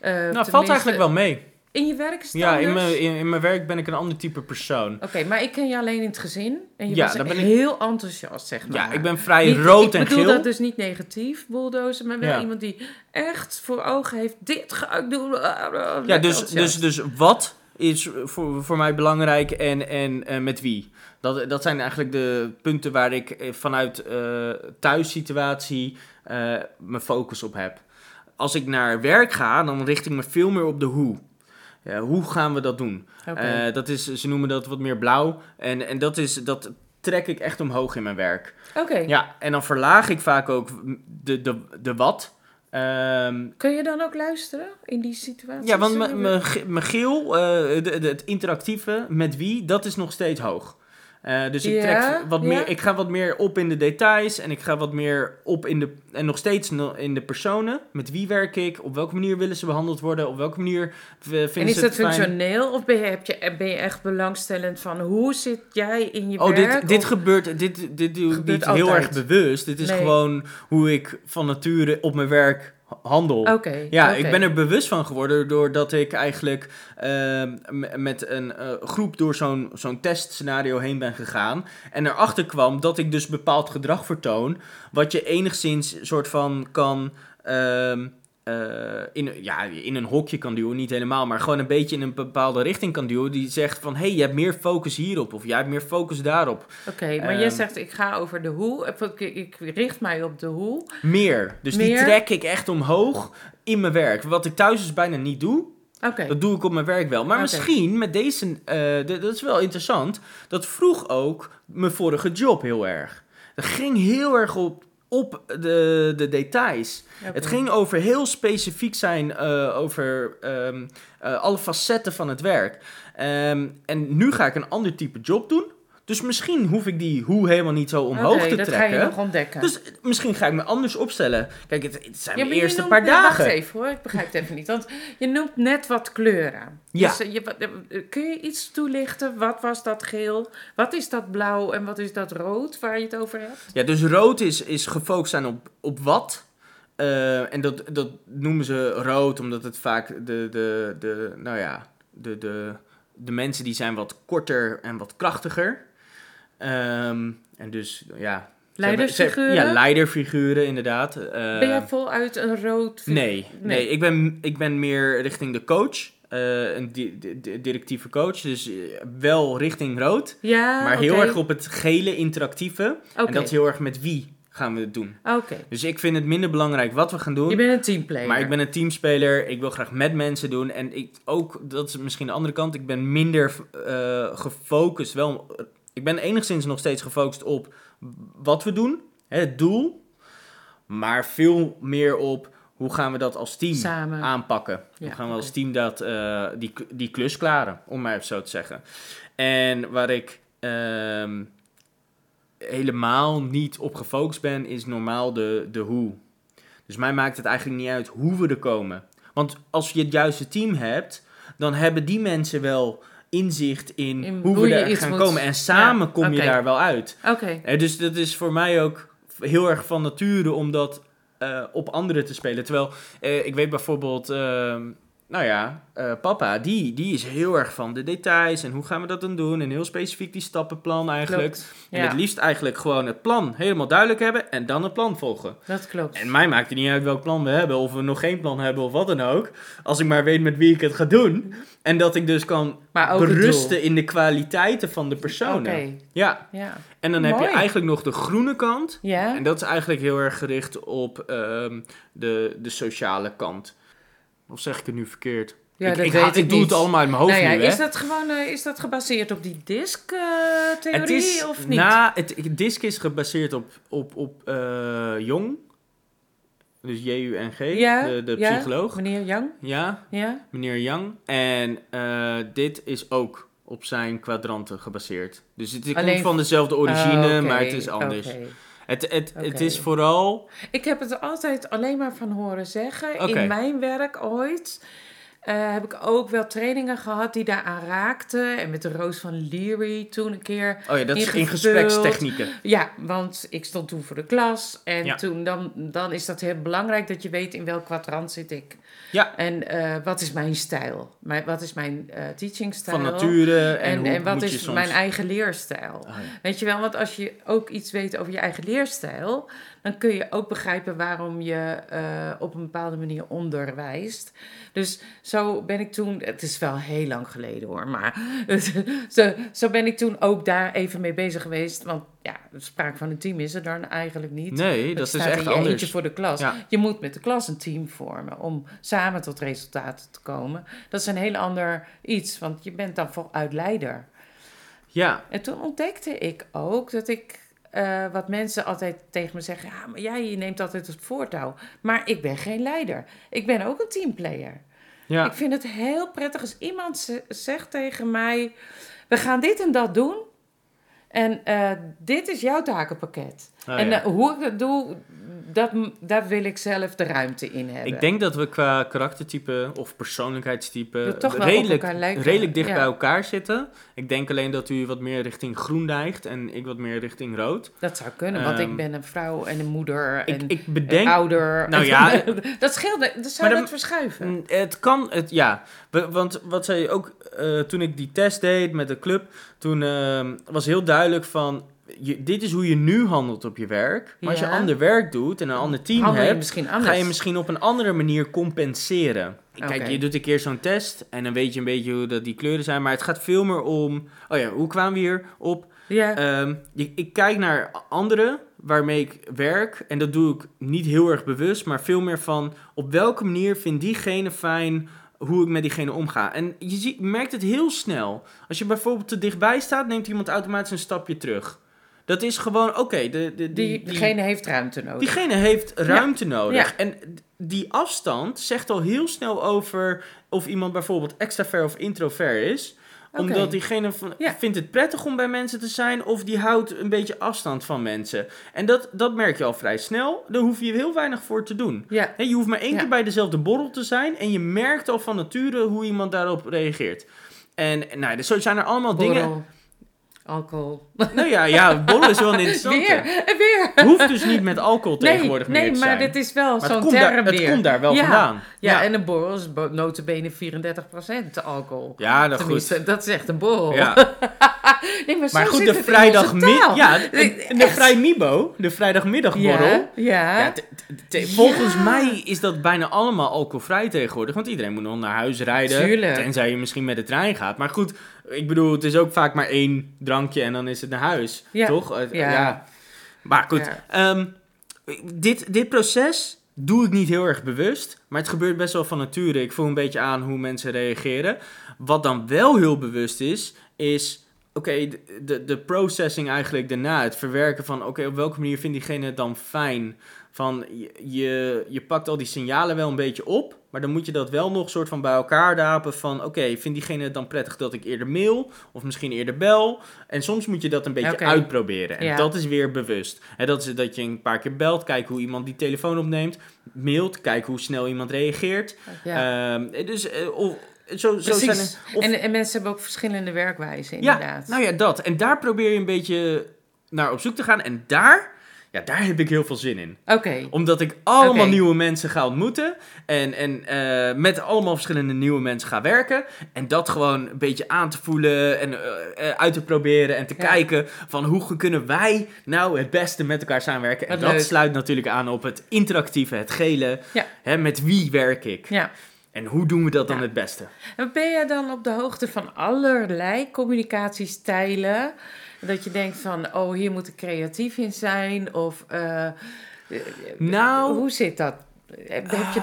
[SPEAKER 2] Eh,
[SPEAKER 1] nou, valt
[SPEAKER 2] tenminste,
[SPEAKER 1] eigenlijk wel mee.
[SPEAKER 2] In je werk is het
[SPEAKER 1] Ja, in
[SPEAKER 2] anders?
[SPEAKER 1] mijn, in, in mijn werk ben ik een ander type persoon.
[SPEAKER 2] Oké, maar ik ken je alleen in het gezin. En je
[SPEAKER 1] Ja,
[SPEAKER 2] was
[SPEAKER 1] daar ben ik-
[SPEAKER 2] heel enthousiast, zeg maar.
[SPEAKER 1] Ja, ik ben vrij
[SPEAKER 2] Niet-
[SPEAKER 1] rood en
[SPEAKER 2] Ik bedoel
[SPEAKER 1] geel.
[SPEAKER 2] dat dus niet negatief, bulldozen, maar wel
[SPEAKER 1] Ja.
[SPEAKER 2] iemand die echt voor ogen heeft, dit ga ik doen. Oh,
[SPEAKER 1] Ja, dus, dus, dus wat is voor, voor mij belangrijk en, en eh, met wie? Dat, dat zijn eigenlijk de punten waar ik eh, vanuit eh thuissituatie eh, mijn focus op heb. Als ik naar werk ga, dan richt ik me veel meer op de hoe. Ja, hoe gaan we dat doen? Eh, dat is, ze noemen dat wat meer blauw. En, en dat, is, dat trek ik echt omhoog in mijn werk.
[SPEAKER 2] Oké,
[SPEAKER 1] Ja, en dan verlaag ik vaak ook de, de, de wat. Ehm,
[SPEAKER 2] kun je dan ook luisteren in die situatie?
[SPEAKER 1] ja, want mijn- mijn ge- mijn geel, eh, de- de- het interactieve, met wie, dat is nog steeds hoog. Eh, dus ik,
[SPEAKER 2] Ja,
[SPEAKER 1] trek wat
[SPEAKER 2] ja.
[SPEAKER 1] meer, ik ga wat meer op in de details en ik ga wat meer op in de. En nog steeds no- in de personen. Met wie werk ik? Op welke manier willen ze behandeld worden? Op welke manier eh, vinden
[SPEAKER 2] En is
[SPEAKER 1] ze
[SPEAKER 2] dat
[SPEAKER 1] het fijn?
[SPEAKER 2] functioneel of ben je, heb je, ben je echt belangstellend van hoe zit jij in je
[SPEAKER 1] Oh,
[SPEAKER 2] werk?
[SPEAKER 1] dit, dit
[SPEAKER 2] Of-
[SPEAKER 1] gebeurt, dit, dit doe ik niet
[SPEAKER 2] Gebeurt
[SPEAKER 1] heel erg
[SPEAKER 2] altijd.
[SPEAKER 1] bewust. Dit is
[SPEAKER 2] Nee.
[SPEAKER 1] gewoon hoe ik van nature op mijn werk handel.
[SPEAKER 2] Oké.
[SPEAKER 1] Ja,
[SPEAKER 2] oké.
[SPEAKER 1] ik ben er bewust van geworden doordat ik eigenlijk ehm, m- met een eh, groep door zo'n zo'n testscenario heen ben gegaan. En erachter kwam dat ik dus bepaald gedrag vertoon, wat je enigszins soort van kan... ehm, eh, in, ja, in een hokje kan duwen, niet helemaal, maar gewoon een beetje in een bepaalde richting kan duwen. Die zegt van, hé, hey, je hebt meer focus hierop of jij hebt meer focus daarop.
[SPEAKER 2] Oké, maar jij
[SPEAKER 1] Ehm,
[SPEAKER 2] zegt ik ga over de hoe, of ik, ik richt mij op de hoe.
[SPEAKER 1] Meer. Dus die
[SPEAKER 2] Meer?
[SPEAKER 1] trek ik echt omhoog in mijn werk. Wat ik thuis dus bijna niet doe,
[SPEAKER 2] Oké,
[SPEAKER 1] Dat doe ik op mijn werk wel. Maar
[SPEAKER 2] Oké.
[SPEAKER 1] misschien met deze, eh, d- dat is wel interessant. Dat vroeg ook mijn vorige job heel erg. Dat ging heel erg op, op de, de details.
[SPEAKER 2] oké.
[SPEAKER 1] Het ging over heel specifiek zijn eh, over ehm, eh, alle facetten van het werk. Ehm, en nu ga ik een ander type job doen. Dus misschien hoef ik die hoe helemaal niet zo omhoog
[SPEAKER 2] Oké,
[SPEAKER 1] te
[SPEAKER 2] dat
[SPEAKER 1] trekken.
[SPEAKER 2] ga je nog ontdekken.
[SPEAKER 1] Dus misschien ga ik me anders opstellen. Kijk, het, het zijn
[SPEAKER 2] Ja,
[SPEAKER 1] mijn
[SPEAKER 2] maar je
[SPEAKER 1] eerste
[SPEAKER 2] noemt-
[SPEAKER 1] paar
[SPEAKER 2] ja,
[SPEAKER 1] dagen.
[SPEAKER 2] Wacht even hoor, ik begrijp het even niet. Want je noemt net wat kleuren.
[SPEAKER 1] Ja.
[SPEAKER 2] Dus, eh, je, wat- eh, kun je iets toelichten? Wat was dat geel? Wat is dat blauw en wat is dat rood waar je het over hebt?
[SPEAKER 1] Ja, dus rood is, is gefocust zijn op, op wat. Eh, en dat, dat noemen ze rood, omdat het vaak de, de, de nou ja, de, de, de mensen die zijn wat korter en wat krachtiger. Ehm, en dus, ja. ze
[SPEAKER 2] Leidersfiguren?
[SPEAKER 1] hebben- ze- Ja, leiderfiguren, inderdaad. Eh,
[SPEAKER 2] ben jij voluit een rood? figuur?
[SPEAKER 1] Nee, nee.
[SPEAKER 2] Nee.
[SPEAKER 1] ik, ben, ik ben meer richting de coach. eh, een di- di- di- directieve coach. Dus eh, wel richting rood.
[SPEAKER 2] Ja,
[SPEAKER 1] Maar heel
[SPEAKER 2] Ah, oké.
[SPEAKER 1] erg op het gele interactieve.
[SPEAKER 2] Oké,
[SPEAKER 1] En dat is heel erg met wie gaan we het doen.
[SPEAKER 2] oké.
[SPEAKER 1] Dus ik vind het minder belangrijk wat we gaan
[SPEAKER 2] Je
[SPEAKER 1] doen.
[SPEAKER 2] bent een teamplayer.
[SPEAKER 1] Maar ik ben een teamspeler. Ik wil graag met mensen doen. En ik ook, dat is misschien de andere kant. Ik ben minder eh, gefocust. Wel, ik ben enigszins nog steeds gefocust op wat we doen. Hè, het doel. Maar veel meer op Hoe gaan we dat als team
[SPEAKER 2] Samen.
[SPEAKER 1] aanpakken? Hoe
[SPEAKER 2] Ja,
[SPEAKER 1] gaan we
[SPEAKER 2] oké.
[SPEAKER 1] als team dat, eh, die, die klus klaren, om maar even zo te zeggen. En waar ik ehm, helemaal niet op gefocust ben, is normaal de, de hoe. Dus mij maakt het eigenlijk niet uit hoe we er komen. Want als je het juiste team hebt, dan hebben die mensen wel inzicht in,
[SPEAKER 2] In
[SPEAKER 1] hoe
[SPEAKER 2] hoe
[SPEAKER 1] we
[SPEAKER 2] je
[SPEAKER 1] er
[SPEAKER 2] iets
[SPEAKER 1] gaan
[SPEAKER 2] moet-
[SPEAKER 1] komen. En samen
[SPEAKER 2] Ja,
[SPEAKER 1] kom je
[SPEAKER 2] oké.
[SPEAKER 1] daar wel uit.
[SPEAKER 2] Oké,
[SPEAKER 1] Hè, dus dat is voor mij ook heel erg van nature om dat eh, op anderen te spelen. Terwijl eh, ik weet bijvoorbeeld, ehm, nou ja, eh, papa, die, die is heel erg van de details en hoe gaan we dat dan doen. En heel specifiek die stappenplan eigenlijk.
[SPEAKER 2] klopt.
[SPEAKER 1] En
[SPEAKER 2] Ja,
[SPEAKER 1] het liefst eigenlijk gewoon het plan helemaal duidelijk hebben en dan het plan volgen.
[SPEAKER 2] dat klopt.
[SPEAKER 1] En mij maakt het niet uit welk plan we hebben, of we nog geen plan hebben of wat dan ook. Als ik maar weet met wie ik het ga doen. En dat ik dus kan
[SPEAKER 2] maar ook het doel.
[SPEAKER 1] berusten in de kwaliteiten van de personen.
[SPEAKER 2] Oké,
[SPEAKER 1] Ja.
[SPEAKER 2] ja.
[SPEAKER 1] En dan heb
[SPEAKER 2] Mooi.
[SPEAKER 1] je eigenlijk nog de groene kant.
[SPEAKER 2] Ja,
[SPEAKER 1] En dat is eigenlijk heel erg gericht op ehm, de, de sociale kant. Of zeg ik het nu verkeerd?
[SPEAKER 2] ja
[SPEAKER 1] ik,
[SPEAKER 2] dat
[SPEAKER 1] ik,
[SPEAKER 2] weet
[SPEAKER 1] haal-
[SPEAKER 2] ik
[SPEAKER 1] ik doe
[SPEAKER 2] niet.
[SPEAKER 1] het allemaal uit mijn hoofd
[SPEAKER 2] nou ja,
[SPEAKER 1] nu, hè?
[SPEAKER 2] is dat gewoon eh, is dat gebaseerd op die
[SPEAKER 1] Het
[SPEAKER 2] DISC-theorie
[SPEAKER 1] is,
[SPEAKER 2] of niet?
[SPEAKER 1] Na, het, het DISC is gebaseerd op, op, op eh, Jong. Dus J-U-N-G,
[SPEAKER 2] ja,
[SPEAKER 1] de, de
[SPEAKER 2] ja,
[SPEAKER 1] psycholoog.
[SPEAKER 2] Meneer Yang,
[SPEAKER 1] Ja,
[SPEAKER 2] ja.
[SPEAKER 1] meneer Yang. En eh, dit is ook op zijn kwadranten gebaseerd. Dus het, komt
[SPEAKER 2] Alleen-
[SPEAKER 1] van dezelfde origine,
[SPEAKER 2] Oh, oké,
[SPEAKER 1] maar het is anders.
[SPEAKER 2] oké.
[SPEAKER 1] Het, het, het
[SPEAKER 2] Oké.
[SPEAKER 1] is vooral...
[SPEAKER 2] Ik heb het altijd alleen maar van horen zeggen.
[SPEAKER 1] Oké.
[SPEAKER 2] In mijn werk ooit eh, heb ik ook wel trainingen gehad die daaraan raakten. En met de Roos van Leary toen een keer.
[SPEAKER 1] Oh ja, dat is in
[SPEAKER 2] ingevuld.
[SPEAKER 1] gesprekstechnieken.
[SPEAKER 2] Ja, want ik stond toen voor de klas. En
[SPEAKER 1] Ja.
[SPEAKER 2] toen dan, dan is dat heel belangrijk dat je weet in welk kwadrant zit ik.
[SPEAKER 1] Ja.
[SPEAKER 2] En eh, wat is mijn stijl? Mijn, wat is mijn eh teaching stijl?
[SPEAKER 1] Van nature en,
[SPEAKER 2] En,
[SPEAKER 1] hoe
[SPEAKER 2] en wat
[SPEAKER 1] moet
[SPEAKER 2] is
[SPEAKER 1] je soms...
[SPEAKER 2] mijn eigen leerstijl?
[SPEAKER 1] Ah, ja.
[SPEAKER 2] Weet je wel, want als je ook iets weet over je eigen leerstijl, dan kun je ook begrijpen waarom je eh, op een bepaalde manier onderwijst. Dus zo ben ik toen, het is wel heel lang geleden hoor, maar zo, zo ben ik toen ook daar even mee bezig geweest. Want ja, sprake van een team is er dan eigenlijk niet.
[SPEAKER 1] Nee, dat
[SPEAKER 2] Het
[SPEAKER 1] is
[SPEAKER 2] staat
[SPEAKER 1] echt
[SPEAKER 2] in je eentje
[SPEAKER 1] anders.
[SPEAKER 2] voor de klas.
[SPEAKER 1] Ja.
[SPEAKER 2] Je moet met de klas een team vormen om samen tot resultaten te komen. Dat is een heel ander iets, want je bent dan vooruit leider.
[SPEAKER 1] Ja,
[SPEAKER 2] En toen ontdekte ik ook dat ik, eh, wat mensen altijd tegen me zeggen, ja, maar jij neemt altijd het voortouw. Maar ik ben geen leider. Ik ben ook een teamplayer.
[SPEAKER 1] ja.
[SPEAKER 2] Ik vind het heel prettig als iemand ze- zegt tegen mij, we gaan dit en dat doen. En eh, dit is jouw takenpakket.
[SPEAKER 1] Ah,
[SPEAKER 2] en
[SPEAKER 1] ja.
[SPEAKER 2] eh, hoe ik dat doe, dat, m- daar wil ik zelf de ruimte in hebben.
[SPEAKER 1] Ik denk dat we qua karaktertype of persoonlijkheidstype
[SPEAKER 2] Dat toch wel op
[SPEAKER 1] redelijk,
[SPEAKER 2] elkaar lijken,
[SPEAKER 1] redelijk dicht
[SPEAKER 2] ja.
[SPEAKER 1] bij elkaar zitten. Ik denk alleen dat u wat meer richting groen neigt en ik wat meer richting rood.
[SPEAKER 2] dat zou kunnen, want
[SPEAKER 1] Ehm,
[SPEAKER 2] ik ben een vrouw en een moeder en
[SPEAKER 1] Ik, ik
[SPEAKER 2] een
[SPEAKER 1] bedenk...
[SPEAKER 2] ouder.
[SPEAKER 1] Nou ja.
[SPEAKER 2] dat scheelt. Dat zou
[SPEAKER 1] Maar dan-
[SPEAKER 2] dat verschuiven.
[SPEAKER 1] Mm, Het kan, het, ja. We- Want wat zei je ook, eh, toen ik die test deed met de club, toen ehm, was heel duidelijk van, je, dit is hoe je nu handelt op je werk. Maar als je
[SPEAKER 2] Ja.
[SPEAKER 1] ander werk doet en een ander team
[SPEAKER 2] Handel je
[SPEAKER 1] hebt,
[SPEAKER 2] misschien anders.
[SPEAKER 1] Ga je misschien op een andere manier compenseren? Kijk,
[SPEAKER 2] Oké.
[SPEAKER 1] je doet een keer zo'n test en dan weet je een beetje hoe dat die kleuren zijn. Maar het gaat veel meer om. Oh ja, hoe kwamen we hier op?
[SPEAKER 2] ja.
[SPEAKER 1] Ehm, ik, ik kijk naar anderen waarmee ik werk. En dat doe ik niet heel erg bewust, maar veel meer van op welke manier vindt diegene fijn hoe ik met diegene omga. En je, ziet, je merkt het heel snel. Als je bijvoorbeeld te dichtbij staat, neemt iemand automatisch een stapje terug. Dat is gewoon, oké, de, de,
[SPEAKER 2] die, diegene heeft ruimte nodig.
[SPEAKER 1] Diegene heeft ruimte nodig.
[SPEAKER 2] Ja.
[SPEAKER 1] En die afstand zegt al heel snel over of iemand bijvoorbeeld extravert of introvert is.
[SPEAKER 2] Oké.
[SPEAKER 1] Omdat diegene van,
[SPEAKER 2] Ja.
[SPEAKER 1] vindt het prettig om bij mensen te zijn of die houdt een beetje afstand van mensen. En dat, dat merk je al vrij snel. Daar hoef je heel weinig voor te doen.
[SPEAKER 2] ja,
[SPEAKER 1] Hè, je hoeft maar één
[SPEAKER 2] Ja.
[SPEAKER 1] keer bij dezelfde borrel te zijn en je merkt al van nature hoe iemand daarop reageert. En nou, dus zo zijn er allemaal dingen.
[SPEAKER 2] borrel, alcohol.
[SPEAKER 1] Nou ja, ja, borrel is wel een interessante.
[SPEAKER 2] Weer, en weer.
[SPEAKER 1] Hoeft dus niet met alcohol tegenwoordig
[SPEAKER 2] nee,
[SPEAKER 1] meer te
[SPEAKER 2] maar
[SPEAKER 1] zijn.
[SPEAKER 2] dit is wel
[SPEAKER 1] Maar het
[SPEAKER 2] zo'n
[SPEAKER 1] komt,
[SPEAKER 2] term
[SPEAKER 1] daar, het
[SPEAKER 2] weer.
[SPEAKER 1] komt daar wel
[SPEAKER 2] Ja.
[SPEAKER 1] vandaan.
[SPEAKER 2] ja,
[SPEAKER 1] ja.
[SPEAKER 2] en een borrel is bo- notabene 34% alcohol.
[SPEAKER 1] Ja, dat
[SPEAKER 2] Tenminste,
[SPEAKER 1] goed.
[SPEAKER 2] dat is echt een borrel.
[SPEAKER 1] Ja.
[SPEAKER 2] Nee, maar,
[SPEAKER 1] Maar
[SPEAKER 2] zo
[SPEAKER 1] goed,
[SPEAKER 2] zit
[SPEAKER 1] de
[SPEAKER 2] het in
[SPEAKER 1] vrijdagmiddag.
[SPEAKER 2] onze taal.
[SPEAKER 1] Ja, de, de, de
[SPEAKER 2] Echt.
[SPEAKER 1] vrijmibo, de vrijdagmiddagborrel.
[SPEAKER 2] Ja, ja.
[SPEAKER 1] Ja, t- t- t- volgens
[SPEAKER 2] Ja.
[SPEAKER 1] mij is dat bijna allemaal alcoholvrij tegenwoordig. Want iedereen moet nog naar huis rijden.
[SPEAKER 2] Tuurlijk.
[SPEAKER 1] Tenzij je misschien met de trein gaat. Maar goed, ik bedoel, het is ook vaak maar één drankje en dan is het naar huis.
[SPEAKER 2] Ja.
[SPEAKER 1] Toch? Eh,
[SPEAKER 2] Ja.
[SPEAKER 1] Maar goed,
[SPEAKER 2] Ja.
[SPEAKER 1] ehm, dit, dit proces doe ik niet heel erg bewust. Maar het gebeurt best wel van nature. Ik voel een beetje aan hoe mensen reageren. Wat dan wel heel bewust is, is oké, de, de, de processing eigenlijk daarna, het verwerken van, oké, op welke manier vindt diegene het dan fijn? Van, je- je, je pakt al die signalen wel een beetje op, maar dan moet je dat wel nog soort van bij elkaar dapen van, oké, vindt diegene het dan prettig dat ik eerder mail? Of misschien eerder bel? En soms moet je dat een beetje
[SPEAKER 2] Oké.
[SPEAKER 1] uitproberen. En
[SPEAKER 2] Ja.
[SPEAKER 1] dat is weer bewust. Hè, dat is dat je een paar keer belt, kijk hoe iemand die telefoon opneemt, mailt, kijk hoe snel iemand reageert.
[SPEAKER 2] Ja,
[SPEAKER 1] Ehm, dus, eh, of, zo, zo zijn
[SPEAKER 2] precies.
[SPEAKER 1] er, of-
[SPEAKER 2] en, en mensen hebben ook verschillende werkwijzen,
[SPEAKER 1] ja,
[SPEAKER 2] inderdaad.
[SPEAKER 1] nou ja, dat. En daar probeer je een beetje naar op zoek te gaan. En daar, ja, daar heb ik heel veel zin in.
[SPEAKER 2] Oké,
[SPEAKER 1] Omdat ik allemaal
[SPEAKER 2] Oké.
[SPEAKER 1] nieuwe mensen ga ontmoeten. En, en eh, met allemaal verschillende nieuwe mensen ga werken. En dat gewoon een beetje aan te voelen en eh, eh, uit te proberen. En te
[SPEAKER 2] Ja.
[SPEAKER 1] kijken van hoe kunnen wij nou het beste met elkaar samenwerken. en
[SPEAKER 2] Wat
[SPEAKER 1] dat
[SPEAKER 2] leuk.
[SPEAKER 1] sluit natuurlijk aan op het interactieve, het gele.
[SPEAKER 2] Ja.
[SPEAKER 1] Hè, met wie werk ik?
[SPEAKER 2] ja.
[SPEAKER 1] En hoe doen we dat dan
[SPEAKER 2] Ja.
[SPEAKER 1] het beste?
[SPEAKER 2] En ben jij dan op de hoogte van allerlei communicatiestijlen? Dat je denkt van, oh, hier moet ik creatief in zijn. Of eh, eh,
[SPEAKER 1] Nou- ah.
[SPEAKER 2] hoe zit dat? Heb, heb
[SPEAKER 1] Ehm,
[SPEAKER 2] je,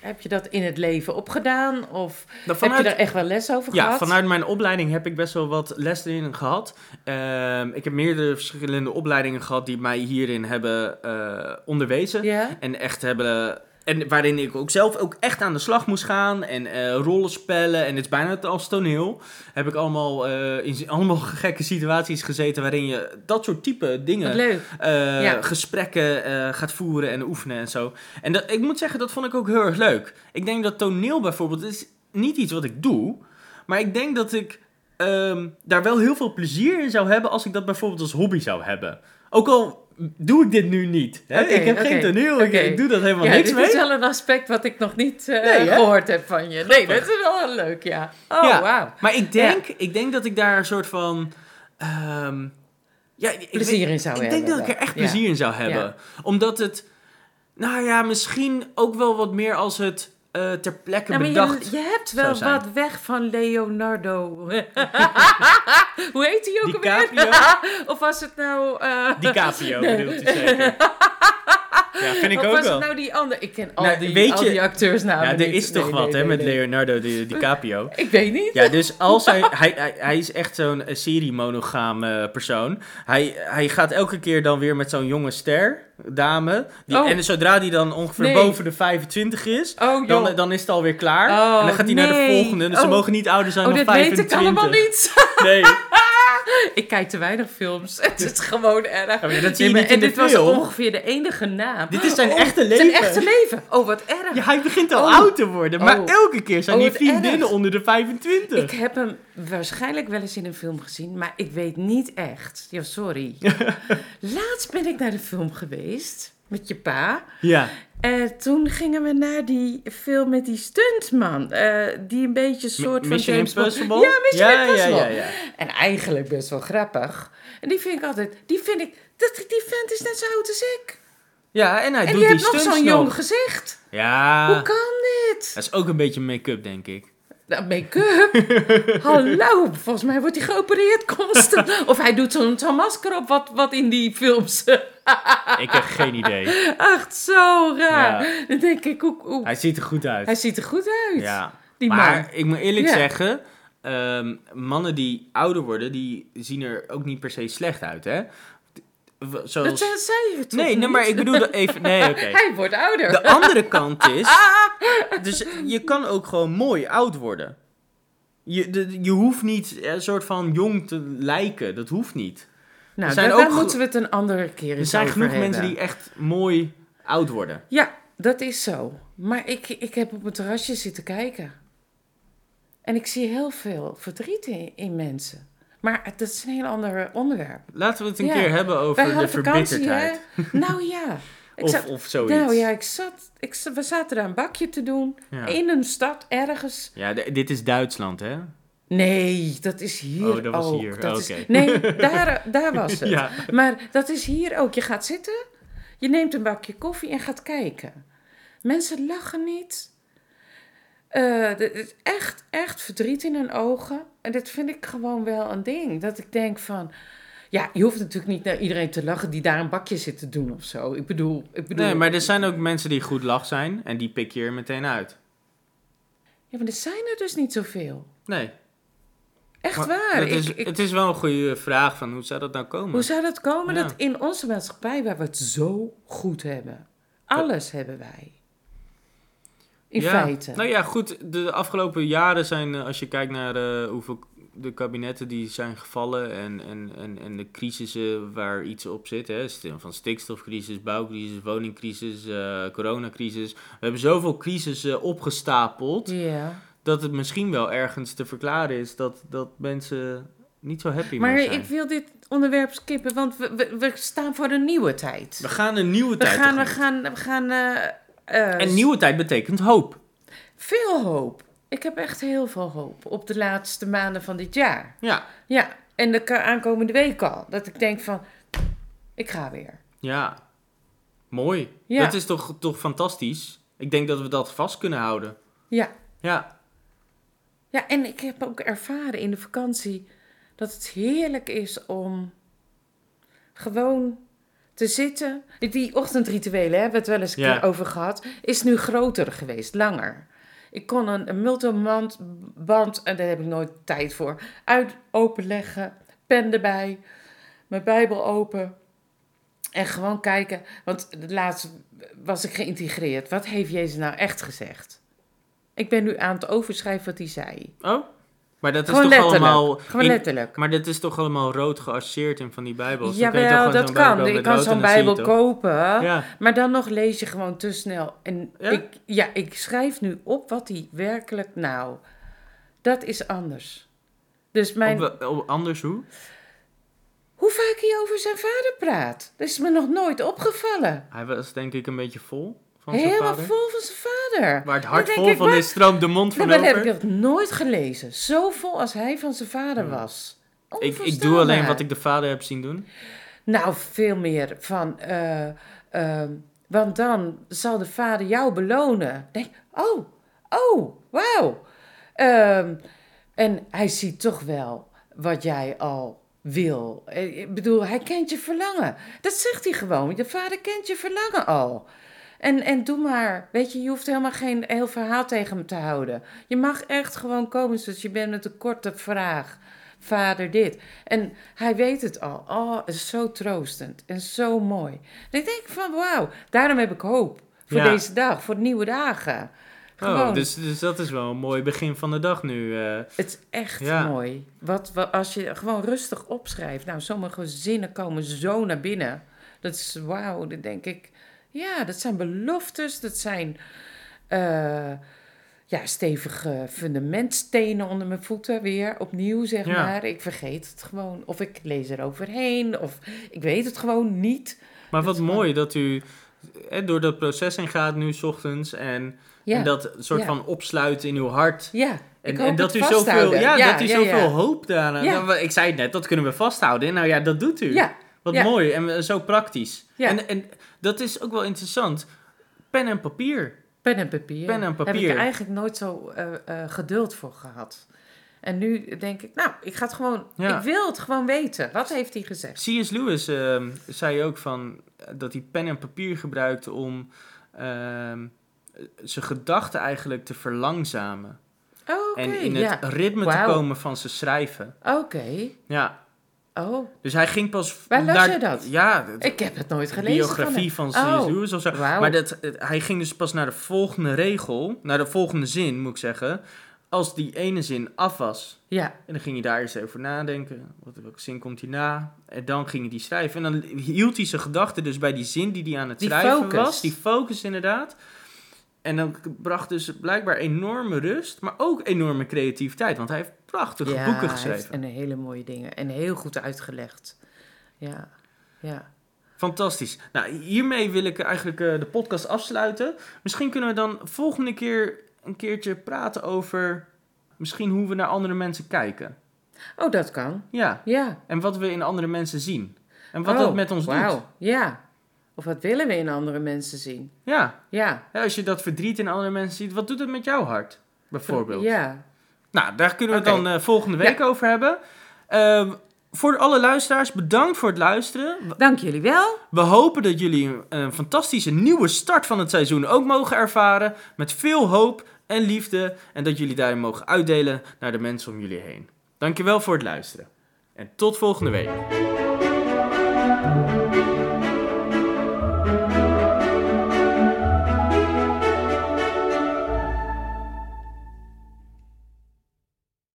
[SPEAKER 2] heb je dat in het leven opgedaan? Of
[SPEAKER 1] Nou,
[SPEAKER 2] heb je er echt wel les over
[SPEAKER 1] Ja,
[SPEAKER 2] gehad?
[SPEAKER 1] vanuit mijn opleiding heb ik best wel wat les erin gehad. Ehm, ik heb meerdere verschillende opleidingen gehad die mij hierin hebben eh, onderwezen.
[SPEAKER 2] Ja?
[SPEAKER 1] En echt hebben. En waarin ik ook zelf ook echt aan de slag moest gaan. En eh, rollen spellen. En het is bijna het als toneel. Heb ik allemaal eh, in z- allemaal gekke situaties gezeten. waarin je dat soort type dingen
[SPEAKER 2] Wat leuk.
[SPEAKER 1] eh,
[SPEAKER 2] Ja.
[SPEAKER 1] gesprekken eh, gaat voeren en oefenen en zo. En dat, ik moet zeggen, dat vond ik ook heel erg leuk. Ik denk dat toneel bijvoorbeeld is niet iets wat ik doe. Maar ik denk dat ik ehm, daar wel heel veel plezier in zou hebben als ik dat bijvoorbeeld als hobby zou hebben. Ook al doe ik dit nu niet. Hè?
[SPEAKER 2] Oké,
[SPEAKER 1] ik heb geen
[SPEAKER 2] oké,
[SPEAKER 1] toneel, ik,
[SPEAKER 2] oké.
[SPEAKER 1] ik doe dat helemaal
[SPEAKER 2] Ja,
[SPEAKER 1] niks
[SPEAKER 2] dit
[SPEAKER 1] mee.
[SPEAKER 2] is wel een aspect wat ik nog niet eh,
[SPEAKER 1] Nee, hè?
[SPEAKER 2] gehoord heb van je. Nee,
[SPEAKER 1] Grappig.
[SPEAKER 2] dat is wel heel leuk, ja. Oh,
[SPEAKER 1] Ja.
[SPEAKER 2] wauw.
[SPEAKER 1] Maar ik denk, ik denk dat ik daar een soort van... ehm, ja, ik weet-
[SPEAKER 2] Plezier in zou
[SPEAKER 1] Ik
[SPEAKER 2] hebben.
[SPEAKER 1] denk dat ik er echt
[SPEAKER 2] Ja.
[SPEAKER 1] plezier in zou hebben.
[SPEAKER 2] Ja.
[SPEAKER 1] Omdat het, nou ja, misschien ook wel wat meer als het eh, ter plekke
[SPEAKER 2] Nou, maar
[SPEAKER 1] bedacht.
[SPEAKER 2] je, je hebt
[SPEAKER 1] zou
[SPEAKER 2] wel
[SPEAKER 1] zijn.
[SPEAKER 2] wat weg van Leonardo. Hoe heet hij ook alweer?
[SPEAKER 1] DiCaprio?
[SPEAKER 2] of was het nou... eh,
[SPEAKER 1] DiCaprio bedoelt u zeker. Ja, vind
[SPEAKER 2] of was het nou die ander? Ik ken al,
[SPEAKER 1] Nou,
[SPEAKER 2] die,
[SPEAKER 1] weet
[SPEAKER 2] al
[SPEAKER 1] je-
[SPEAKER 2] die acteursnamen
[SPEAKER 1] ja, er
[SPEAKER 2] niet.
[SPEAKER 1] is
[SPEAKER 2] Nee,
[SPEAKER 1] toch
[SPEAKER 2] nee,
[SPEAKER 1] wat hè,
[SPEAKER 2] nee,
[SPEAKER 1] met
[SPEAKER 2] nee.
[SPEAKER 1] Leonardo Di- DiCaprio.
[SPEAKER 2] Ik weet niet.
[SPEAKER 1] Ja, dus als hij, hij, hij, hij is echt zo'n eh, serie-monogaam eh, persoon. Hij, hij gaat elke keer dan weer met zo'n jonge ster, dame. Die,
[SPEAKER 2] Oh.
[SPEAKER 1] En zodra die dan ongeveer
[SPEAKER 2] Nee.
[SPEAKER 1] boven de 25 is,
[SPEAKER 2] Oh, joh.
[SPEAKER 1] dan, dan is het alweer klaar.
[SPEAKER 2] Oh,
[SPEAKER 1] en dan gaat hij naar de
[SPEAKER 2] nee.
[SPEAKER 1] volgende. Dus ze
[SPEAKER 2] Oh.
[SPEAKER 1] mogen niet ouder zijn
[SPEAKER 2] oh,
[SPEAKER 1] dan
[SPEAKER 2] dat
[SPEAKER 1] 25.
[SPEAKER 2] weet ik allemaal niet.
[SPEAKER 1] Nee.
[SPEAKER 2] ik kijk te weinig films. Het is gewoon erg.
[SPEAKER 1] Ja, maar dat zie je
[SPEAKER 2] Nee, maar-
[SPEAKER 1] niet in
[SPEAKER 2] en
[SPEAKER 1] de
[SPEAKER 2] dit was
[SPEAKER 1] film.
[SPEAKER 2] ongeveer de enige naam.
[SPEAKER 1] Dit is zijn
[SPEAKER 2] Oh,
[SPEAKER 1] echte
[SPEAKER 2] Zijn
[SPEAKER 1] leven.
[SPEAKER 2] echte leven. Oh, wat erg.
[SPEAKER 1] Ja, hij begint al
[SPEAKER 2] Oh.
[SPEAKER 1] oud te worden. Maar
[SPEAKER 2] Oh.
[SPEAKER 1] elke keer zijn
[SPEAKER 2] Oh,
[SPEAKER 1] die
[SPEAKER 2] wat
[SPEAKER 1] vriendinnen
[SPEAKER 2] erg.
[SPEAKER 1] onder de 25.
[SPEAKER 2] Ik heb hem waarschijnlijk wel eens in een film gezien, maar ik weet niet echt. Ja, sorry. Laatst ben ik naar de film geweest met je pa.
[SPEAKER 1] Ja.
[SPEAKER 2] En toen gingen we naar die film met die stuntman. eh, die een beetje een soort van
[SPEAKER 1] Mission
[SPEAKER 2] James Bond-
[SPEAKER 1] Impossible?
[SPEAKER 2] Ja, Mission
[SPEAKER 1] Ja, ja,
[SPEAKER 2] Impossible.
[SPEAKER 1] ja, ja.
[SPEAKER 2] En eigenlijk best wel grappig. En die vind ik altijd... Die vind ik... Dat, die vent is net zo oud als ik.
[SPEAKER 1] Ja, en hij doet
[SPEAKER 2] en die
[SPEAKER 1] die
[SPEAKER 2] heeft nog
[SPEAKER 1] stunts
[SPEAKER 2] zo'n jong gezicht.
[SPEAKER 1] Ja.
[SPEAKER 2] Hoe kan dit?
[SPEAKER 1] Dat is ook een beetje make-up, denk ik.
[SPEAKER 2] Nou, make-up? Hallo, volgens mij wordt hij geopereerd constant. Of hij doet zo'n zo'n masker op, wat, wat in die films.
[SPEAKER 1] Ik heb geen idee.
[SPEAKER 2] Echt zo raar.
[SPEAKER 1] Ja.
[SPEAKER 2] Dan denk ik, hoe, hoe-
[SPEAKER 1] Hij ziet er goed uit.
[SPEAKER 2] hij ziet er goed uit.
[SPEAKER 1] Ja.
[SPEAKER 2] Die
[SPEAKER 1] maar
[SPEAKER 2] man.
[SPEAKER 1] ik moet eerlijk
[SPEAKER 2] Ja.
[SPEAKER 1] zeggen, ehm, mannen die ouder worden, die zien er ook niet per se slecht uit, hè? W-
[SPEAKER 2] Dat
[SPEAKER 1] Zoals...
[SPEAKER 2] zei, zei je toch
[SPEAKER 1] Nee, nee,
[SPEAKER 2] niet?
[SPEAKER 1] maar ik bedoel dat even... Nee, oké.
[SPEAKER 2] Hij Ah, wordt ouder.
[SPEAKER 1] De andere kant is... Dus je kan ook gewoon mooi oud worden. Je, de- je hoeft niet eh, een soort van jong te lijken. Dat hoeft niet.
[SPEAKER 2] nou,
[SPEAKER 1] er zijn
[SPEAKER 2] daar,
[SPEAKER 1] ook
[SPEAKER 2] daar
[SPEAKER 1] gro-
[SPEAKER 2] moeten we het een andere keer
[SPEAKER 1] Er
[SPEAKER 2] eens
[SPEAKER 1] zijn
[SPEAKER 2] over
[SPEAKER 1] genoeg
[SPEAKER 2] hebben.
[SPEAKER 1] mensen die echt mooi oud worden.
[SPEAKER 2] Ja, dat is zo. Maar ik, ik heb op mijn terrasje zitten kijken. En ik zie heel veel verdriet in, in mensen. Maar het- dat is een heel ander onderwerp.
[SPEAKER 1] Laten we het een
[SPEAKER 2] Ja.
[SPEAKER 1] keer hebben
[SPEAKER 2] Wij
[SPEAKER 1] over de
[SPEAKER 2] hadden vakantie, hè?
[SPEAKER 1] verbitterdheid.
[SPEAKER 2] Nou ja. Ik
[SPEAKER 1] Of,
[SPEAKER 2] zat-
[SPEAKER 1] of zoiets.
[SPEAKER 2] nou ja, ik zat, ik, zat- we zaten daar een bakje te doen.
[SPEAKER 1] Ja.
[SPEAKER 2] In een stad, ergens.
[SPEAKER 1] Ja, d- dit is Duitsland, hè?
[SPEAKER 2] Nee, dat is hier
[SPEAKER 1] Oh, dat was
[SPEAKER 2] ook.
[SPEAKER 1] hier.
[SPEAKER 2] Dat is-
[SPEAKER 1] Oké.
[SPEAKER 2] nee, daar, daar was het.
[SPEAKER 1] Ja.
[SPEAKER 2] Maar dat is hier ook. Je gaat zitten, je neemt een bakje koffie en gaat kijken. Mensen lachen niet. Eh, Er is echt, echt verdriet in hun ogen. En dat vind ik gewoon wel een ding. Dat ik denk van... Ja, je hoeft natuurlijk niet naar iedereen te lachen die daar een bakje zit te doen of zo. Ik bedoel... Ik bedoel
[SPEAKER 1] Nee, maar er zijn ook mensen die goed lach zijn en die pik je er meteen uit.
[SPEAKER 2] Ja, maar er zijn er dus niet zoveel.
[SPEAKER 1] Nee.
[SPEAKER 2] Echt
[SPEAKER 1] Maar
[SPEAKER 2] waar.
[SPEAKER 1] dat
[SPEAKER 2] Ik-
[SPEAKER 1] is,
[SPEAKER 2] ik-
[SPEAKER 1] Het is wel een goede vraag van hoe zou dat nou komen?
[SPEAKER 2] hoe zou dat komen
[SPEAKER 1] Ja.
[SPEAKER 2] dat in onze maatschappij, waar we het zo goed hebben, alles hebben wij. In
[SPEAKER 1] Ja.
[SPEAKER 2] feite.
[SPEAKER 1] Nou ja, goed. De afgelopen jaren zijn, eh, als je kijkt naar eh, hoeveel k- de kabinetten die zijn gevallen en, en, en, en de crisissen waar iets op zit. Hè, stil- van stikstofcrisis, bouwcrisis, woningcrisis, eh, coronacrisis. We hebben zoveel crisissen opgestapeld
[SPEAKER 2] ja.
[SPEAKER 1] dat het misschien wel ergens te verklaren is dat, dat mensen niet zo happy
[SPEAKER 2] Maar
[SPEAKER 1] meer zijn.
[SPEAKER 2] ik wil dit onderwerp skippen, want we, we, we staan voor een nieuwe tijd.
[SPEAKER 1] We gaan een nieuwe
[SPEAKER 2] We
[SPEAKER 1] tijd
[SPEAKER 2] gaan, we
[SPEAKER 1] tegemoet.
[SPEAKER 2] gaan, we gaan eh, eh,
[SPEAKER 1] En nieuwe tijd betekent hoop.
[SPEAKER 2] veel hoop. Ik heb echt heel veel hoop op de laatste maanden van dit jaar.
[SPEAKER 1] Ja.
[SPEAKER 2] Ja, en de ka- aankomende week al. Dat ik denk van, ik ga weer.
[SPEAKER 1] Ja, mooi.
[SPEAKER 2] Ja.
[SPEAKER 1] Dat is toch, toch fantastisch? Ik denk dat we dat vast kunnen houden.
[SPEAKER 2] Ja.
[SPEAKER 1] Ja,
[SPEAKER 2] ja, en ik heb ook ervaren in de vakantie dat het heerlijk is om gewoon te zitten. Die ochtendrituelen hebben we het wel eens een
[SPEAKER 1] Ja.
[SPEAKER 2] keer over gehad. Is nu groter geweest, langer. Ik kon een, een multiband, band, en daar heb ik nooit tijd voor, uit openleggen. Pen erbij, mijn Bijbel open. En gewoon kijken, want laatst was ik geïntegreerd. Wat heeft Jezus nou echt gezegd? Ik ben nu aan het overschrijven wat hij zei.
[SPEAKER 1] oh. Maar dat
[SPEAKER 2] Gewoon
[SPEAKER 1] is toch
[SPEAKER 2] letterlijk.
[SPEAKER 1] allemaal...
[SPEAKER 2] Gewoon
[SPEAKER 1] in-
[SPEAKER 2] letterlijk.
[SPEAKER 1] Maar dat is toch allemaal rood geasseerd in van die bijbels? Dan kun je toch
[SPEAKER 2] Jawel,
[SPEAKER 1] gewoon
[SPEAKER 2] dat
[SPEAKER 1] zo'n
[SPEAKER 2] kan.
[SPEAKER 1] Bijbel
[SPEAKER 2] Ik
[SPEAKER 1] met
[SPEAKER 2] kan
[SPEAKER 1] rood en
[SPEAKER 2] zo'n
[SPEAKER 1] dan zie je
[SPEAKER 2] Bijbel
[SPEAKER 1] het toch?
[SPEAKER 2] kopen.
[SPEAKER 1] Ja,
[SPEAKER 2] Maar dan nog lees je gewoon te snel. En
[SPEAKER 1] Ja?
[SPEAKER 2] Ik, ja, ik schrijf nu op wat hij werkelijk nou. Dat is anders. Dus mijn,
[SPEAKER 1] op, wel- op- anders hoe?
[SPEAKER 2] hoe vaak hij over zijn vader praat, dat is me nog nooit opgevallen.
[SPEAKER 1] Hij was denk ik een beetje vol van zijn
[SPEAKER 2] Helemaal
[SPEAKER 1] vader.
[SPEAKER 2] vol van zijn vader.
[SPEAKER 1] Waar het
[SPEAKER 2] Dan
[SPEAKER 1] hart
[SPEAKER 2] denk
[SPEAKER 1] vol
[SPEAKER 2] ik,
[SPEAKER 1] van
[SPEAKER 2] waar-
[SPEAKER 1] is, stroomt de mond
[SPEAKER 2] Ja,
[SPEAKER 1] van
[SPEAKER 2] maar dat heb
[SPEAKER 1] over. Hmm.
[SPEAKER 2] ik nog nooit gelezen. Zo vol als hij van zijn vader was.
[SPEAKER 1] Ik, ik doe
[SPEAKER 2] Onvoorstelbaar.
[SPEAKER 1] alleen wat ik de vader heb zien doen. Oh,
[SPEAKER 2] Nou, veel meer van. eh, ehm, want dan zal de vader jou belonen. Nee, oh, oh, wauw. Ehm, en hij ziet toch wel wat jij al wil. Eh, Ik bedoel, hij kent je verlangen. Dat zegt hij gewoon. Je vader kent je verlangen al. En, en doe maar. Weet je, je hoeft helemaal geen heel verhaal tegen hem te houden. Je mag echt gewoon komen zoals je bent met een korte vraag. Vader dit. En hij weet het al. Oh, het is zo troostend en zo mooi. En ik denk van wauw, daarom heb ik hoop. Voor
[SPEAKER 1] Ja.
[SPEAKER 2] deze dag, voor nieuwe dagen. Gewoon.
[SPEAKER 1] Oh, dus, dus dat is wel een mooi begin van de dag nu. eh.
[SPEAKER 2] Het is echt
[SPEAKER 1] Ja.
[SPEAKER 2] mooi. Wat, wat, als je gewoon rustig opschrijft. Nou, sommige zinnen komen zo naar binnen. Dat is wauw, dat denk ik. Ja, dat zijn beloftes. Dat zijn eh, ja, stevige fundamentstenen onder mijn voeten weer. Opnieuw, zeg
[SPEAKER 1] Ja.
[SPEAKER 2] maar. Ik vergeet het gewoon. Of ik lees er overheen. Of ik weet het gewoon niet.
[SPEAKER 1] Maar
[SPEAKER 2] Dat
[SPEAKER 1] wat
[SPEAKER 2] is gewoon-
[SPEAKER 1] mooi dat u eh, door dat proces heen gaat nu 's ochtends en,
[SPEAKER 2] Ja,
[SPEAKER 1] en dat soort
[SPEAKER 2] Ja.
[SPEAKER 1] van opsluiten in uw hart.
[SPEAKER 2] ja. Ik
[SPEAKER 1] En,
[SPEAKER 2] hoop
[SPEAKER 1] en dat
[SPEAKER 2] het
[SPEAKER 1] u zoveel,
[SPEAKER 2] vasthouden.
[SPEAKER 1] ja, dat u
[SPEAKER 2] ja,
[SPEAKER 1] zoveel
[SPEAKER 2] ja.
[SPEAKER 1] hoop daaraan.
[SPEAKER 2] Ja.
[SPEAKER 1] nou, maar ik zei het net, dat kunnen we vasthouden. En nou ja, dat doet u.
[SPEAKER 2] Ja,
[SPEAKER 1] Wat
[SPEAKER 2] ja.
[SPEAKER 1] mooi en eh, zo praktisch.
[SPEAKER 2] Ja.
[SPEAKER 1] En, en dat is ook wel interessant. Pen en papier.
[SPEAKER 2] Pen en papier.
[SPEAKER 1] Pen en
[SPEAKER 2] Heb ik
[SPEAKER 1] papier.
[SPEAKER 2] er eigenlijk nooit zo eh, eh, geduld voor gehad. En nu denk ik, nou, ik ga het gewoon,
[SPEAKER 1] Ja.
[SPEAKER 2] ik wil het gewoon weten. Wat heeft hij gezegd?
[SPEAKER 1] C.S. Lewis ehm, zei ook van, eh, dat hij pen en papier gebruikte om ehm, zijn gedachten eigenlijk te verlangzamen.
[SPEAKER 2] Oh, Oké,
[SPEAKER 1] en in het eh,
[SPEAKER 2] ja.
[SPEAKER 1] ritme
[SPEAKER 2] Wauw.
[SPEAKER 1] te komen van zijn schrijven.
[SPEAKER 2] Oké.
[SPEAKER 1] Ja,
[SPEAKER 2] Oh,
[SPEAKER 1] Dus hij ging pas
[SPEAKER 2] Waar las
[SPEAKER 1] naar...
[SPEAKER 2] je dat?
[SPEAKER 1] Ja, de
[SPEAKER 2] ik heb het nooit gelezen.
[SPEAKER 1] biografie van,
[SPEAKER 2] hem.
[SPEAKER 1] C.S.
[SPEAKER 2] Oh,
[SPEAKER 1] Lewis of zo.
[SPEAKER 2] wauw.
[SPEAKER 1] Maar dat, het- hij ging dus pas naar de volgende regel, naar de volgende zin moet ik zeggen, als die ene zin af was.
[SPEAKER 2] Ja,
[SPEAKER 1] En dan ging hij daar eerst over nadenken. Wat, welke zin komt hierna? En dan ging hij die schrijven. En dan hield hij zijn gedachten dus bij die zin die hij aan het
[SPEAKER 2] Die
[SPEAKER 1] schrijven
[SPEAKER 2] focus.
[SPEAKER 1] was. Die focus inderdaad. En dan k- bracht dus blijkbaar enorme rust, maar ook enorme creativiteit. Want hij heeft prachtige
[SPEAKER 2] ja
[SPEAKER 1] boeken
[SPEAKER 2] hij heeft
[SPEAKER 1] geschreven.
[SPEAKER 2] een hele mooie dingen. En heel goed uitgelegd. Ja, ja.
[SPEAKER 1] Fantastisch. Nou, hiermee wil ik eigenlijk eh, de podcast afsluiten. Misschien kunnen we dan volgende keer een keertje praten over misschien hoe we naar andere mensen kijken.
[SPEAKER 2] Oh, dat kan.
[SPEAKER 1] Ja,
[SPEAKER 2] Ja.
[SPEAKER 1] en wat we in andere mensen zien. En wat
[SPEAKER 2] Oh,
[SPEAKER 1] dat met ons doet.
[SPEAKER 2] Wauw, ja. Of wat willen we in andere mensen zien?
[SPEAKER 1] Ja.
[SPEAKER 2] Ja.
[SPEAKER 1] Ja, als je dat verdriet in andere mensen ziet, wat doet het met jouw hart? Bijvoorbeeld.
[SPEAKER 2] Ja.
[SPEAKER 1] Nou, daar kunnen we het
[SPEAKER 2] Oké.
[SPEAKER 1] dan eh, volgende week over hebben. Ehm, voor alle luisteraars, bedankt voor het luisteren.
[SPEAKER 2] Dank jullie wel.
[SPEAKER 1] We hopen dat jullie een, een fantastische nieuwe start van het seizoen ook mogen ervaren. Met veel hoop en liefde. En dat jullie daarin mogen uitdelen naar de mensen om jullie heen. Dankjewel voor het luisteren. En tot volgende week.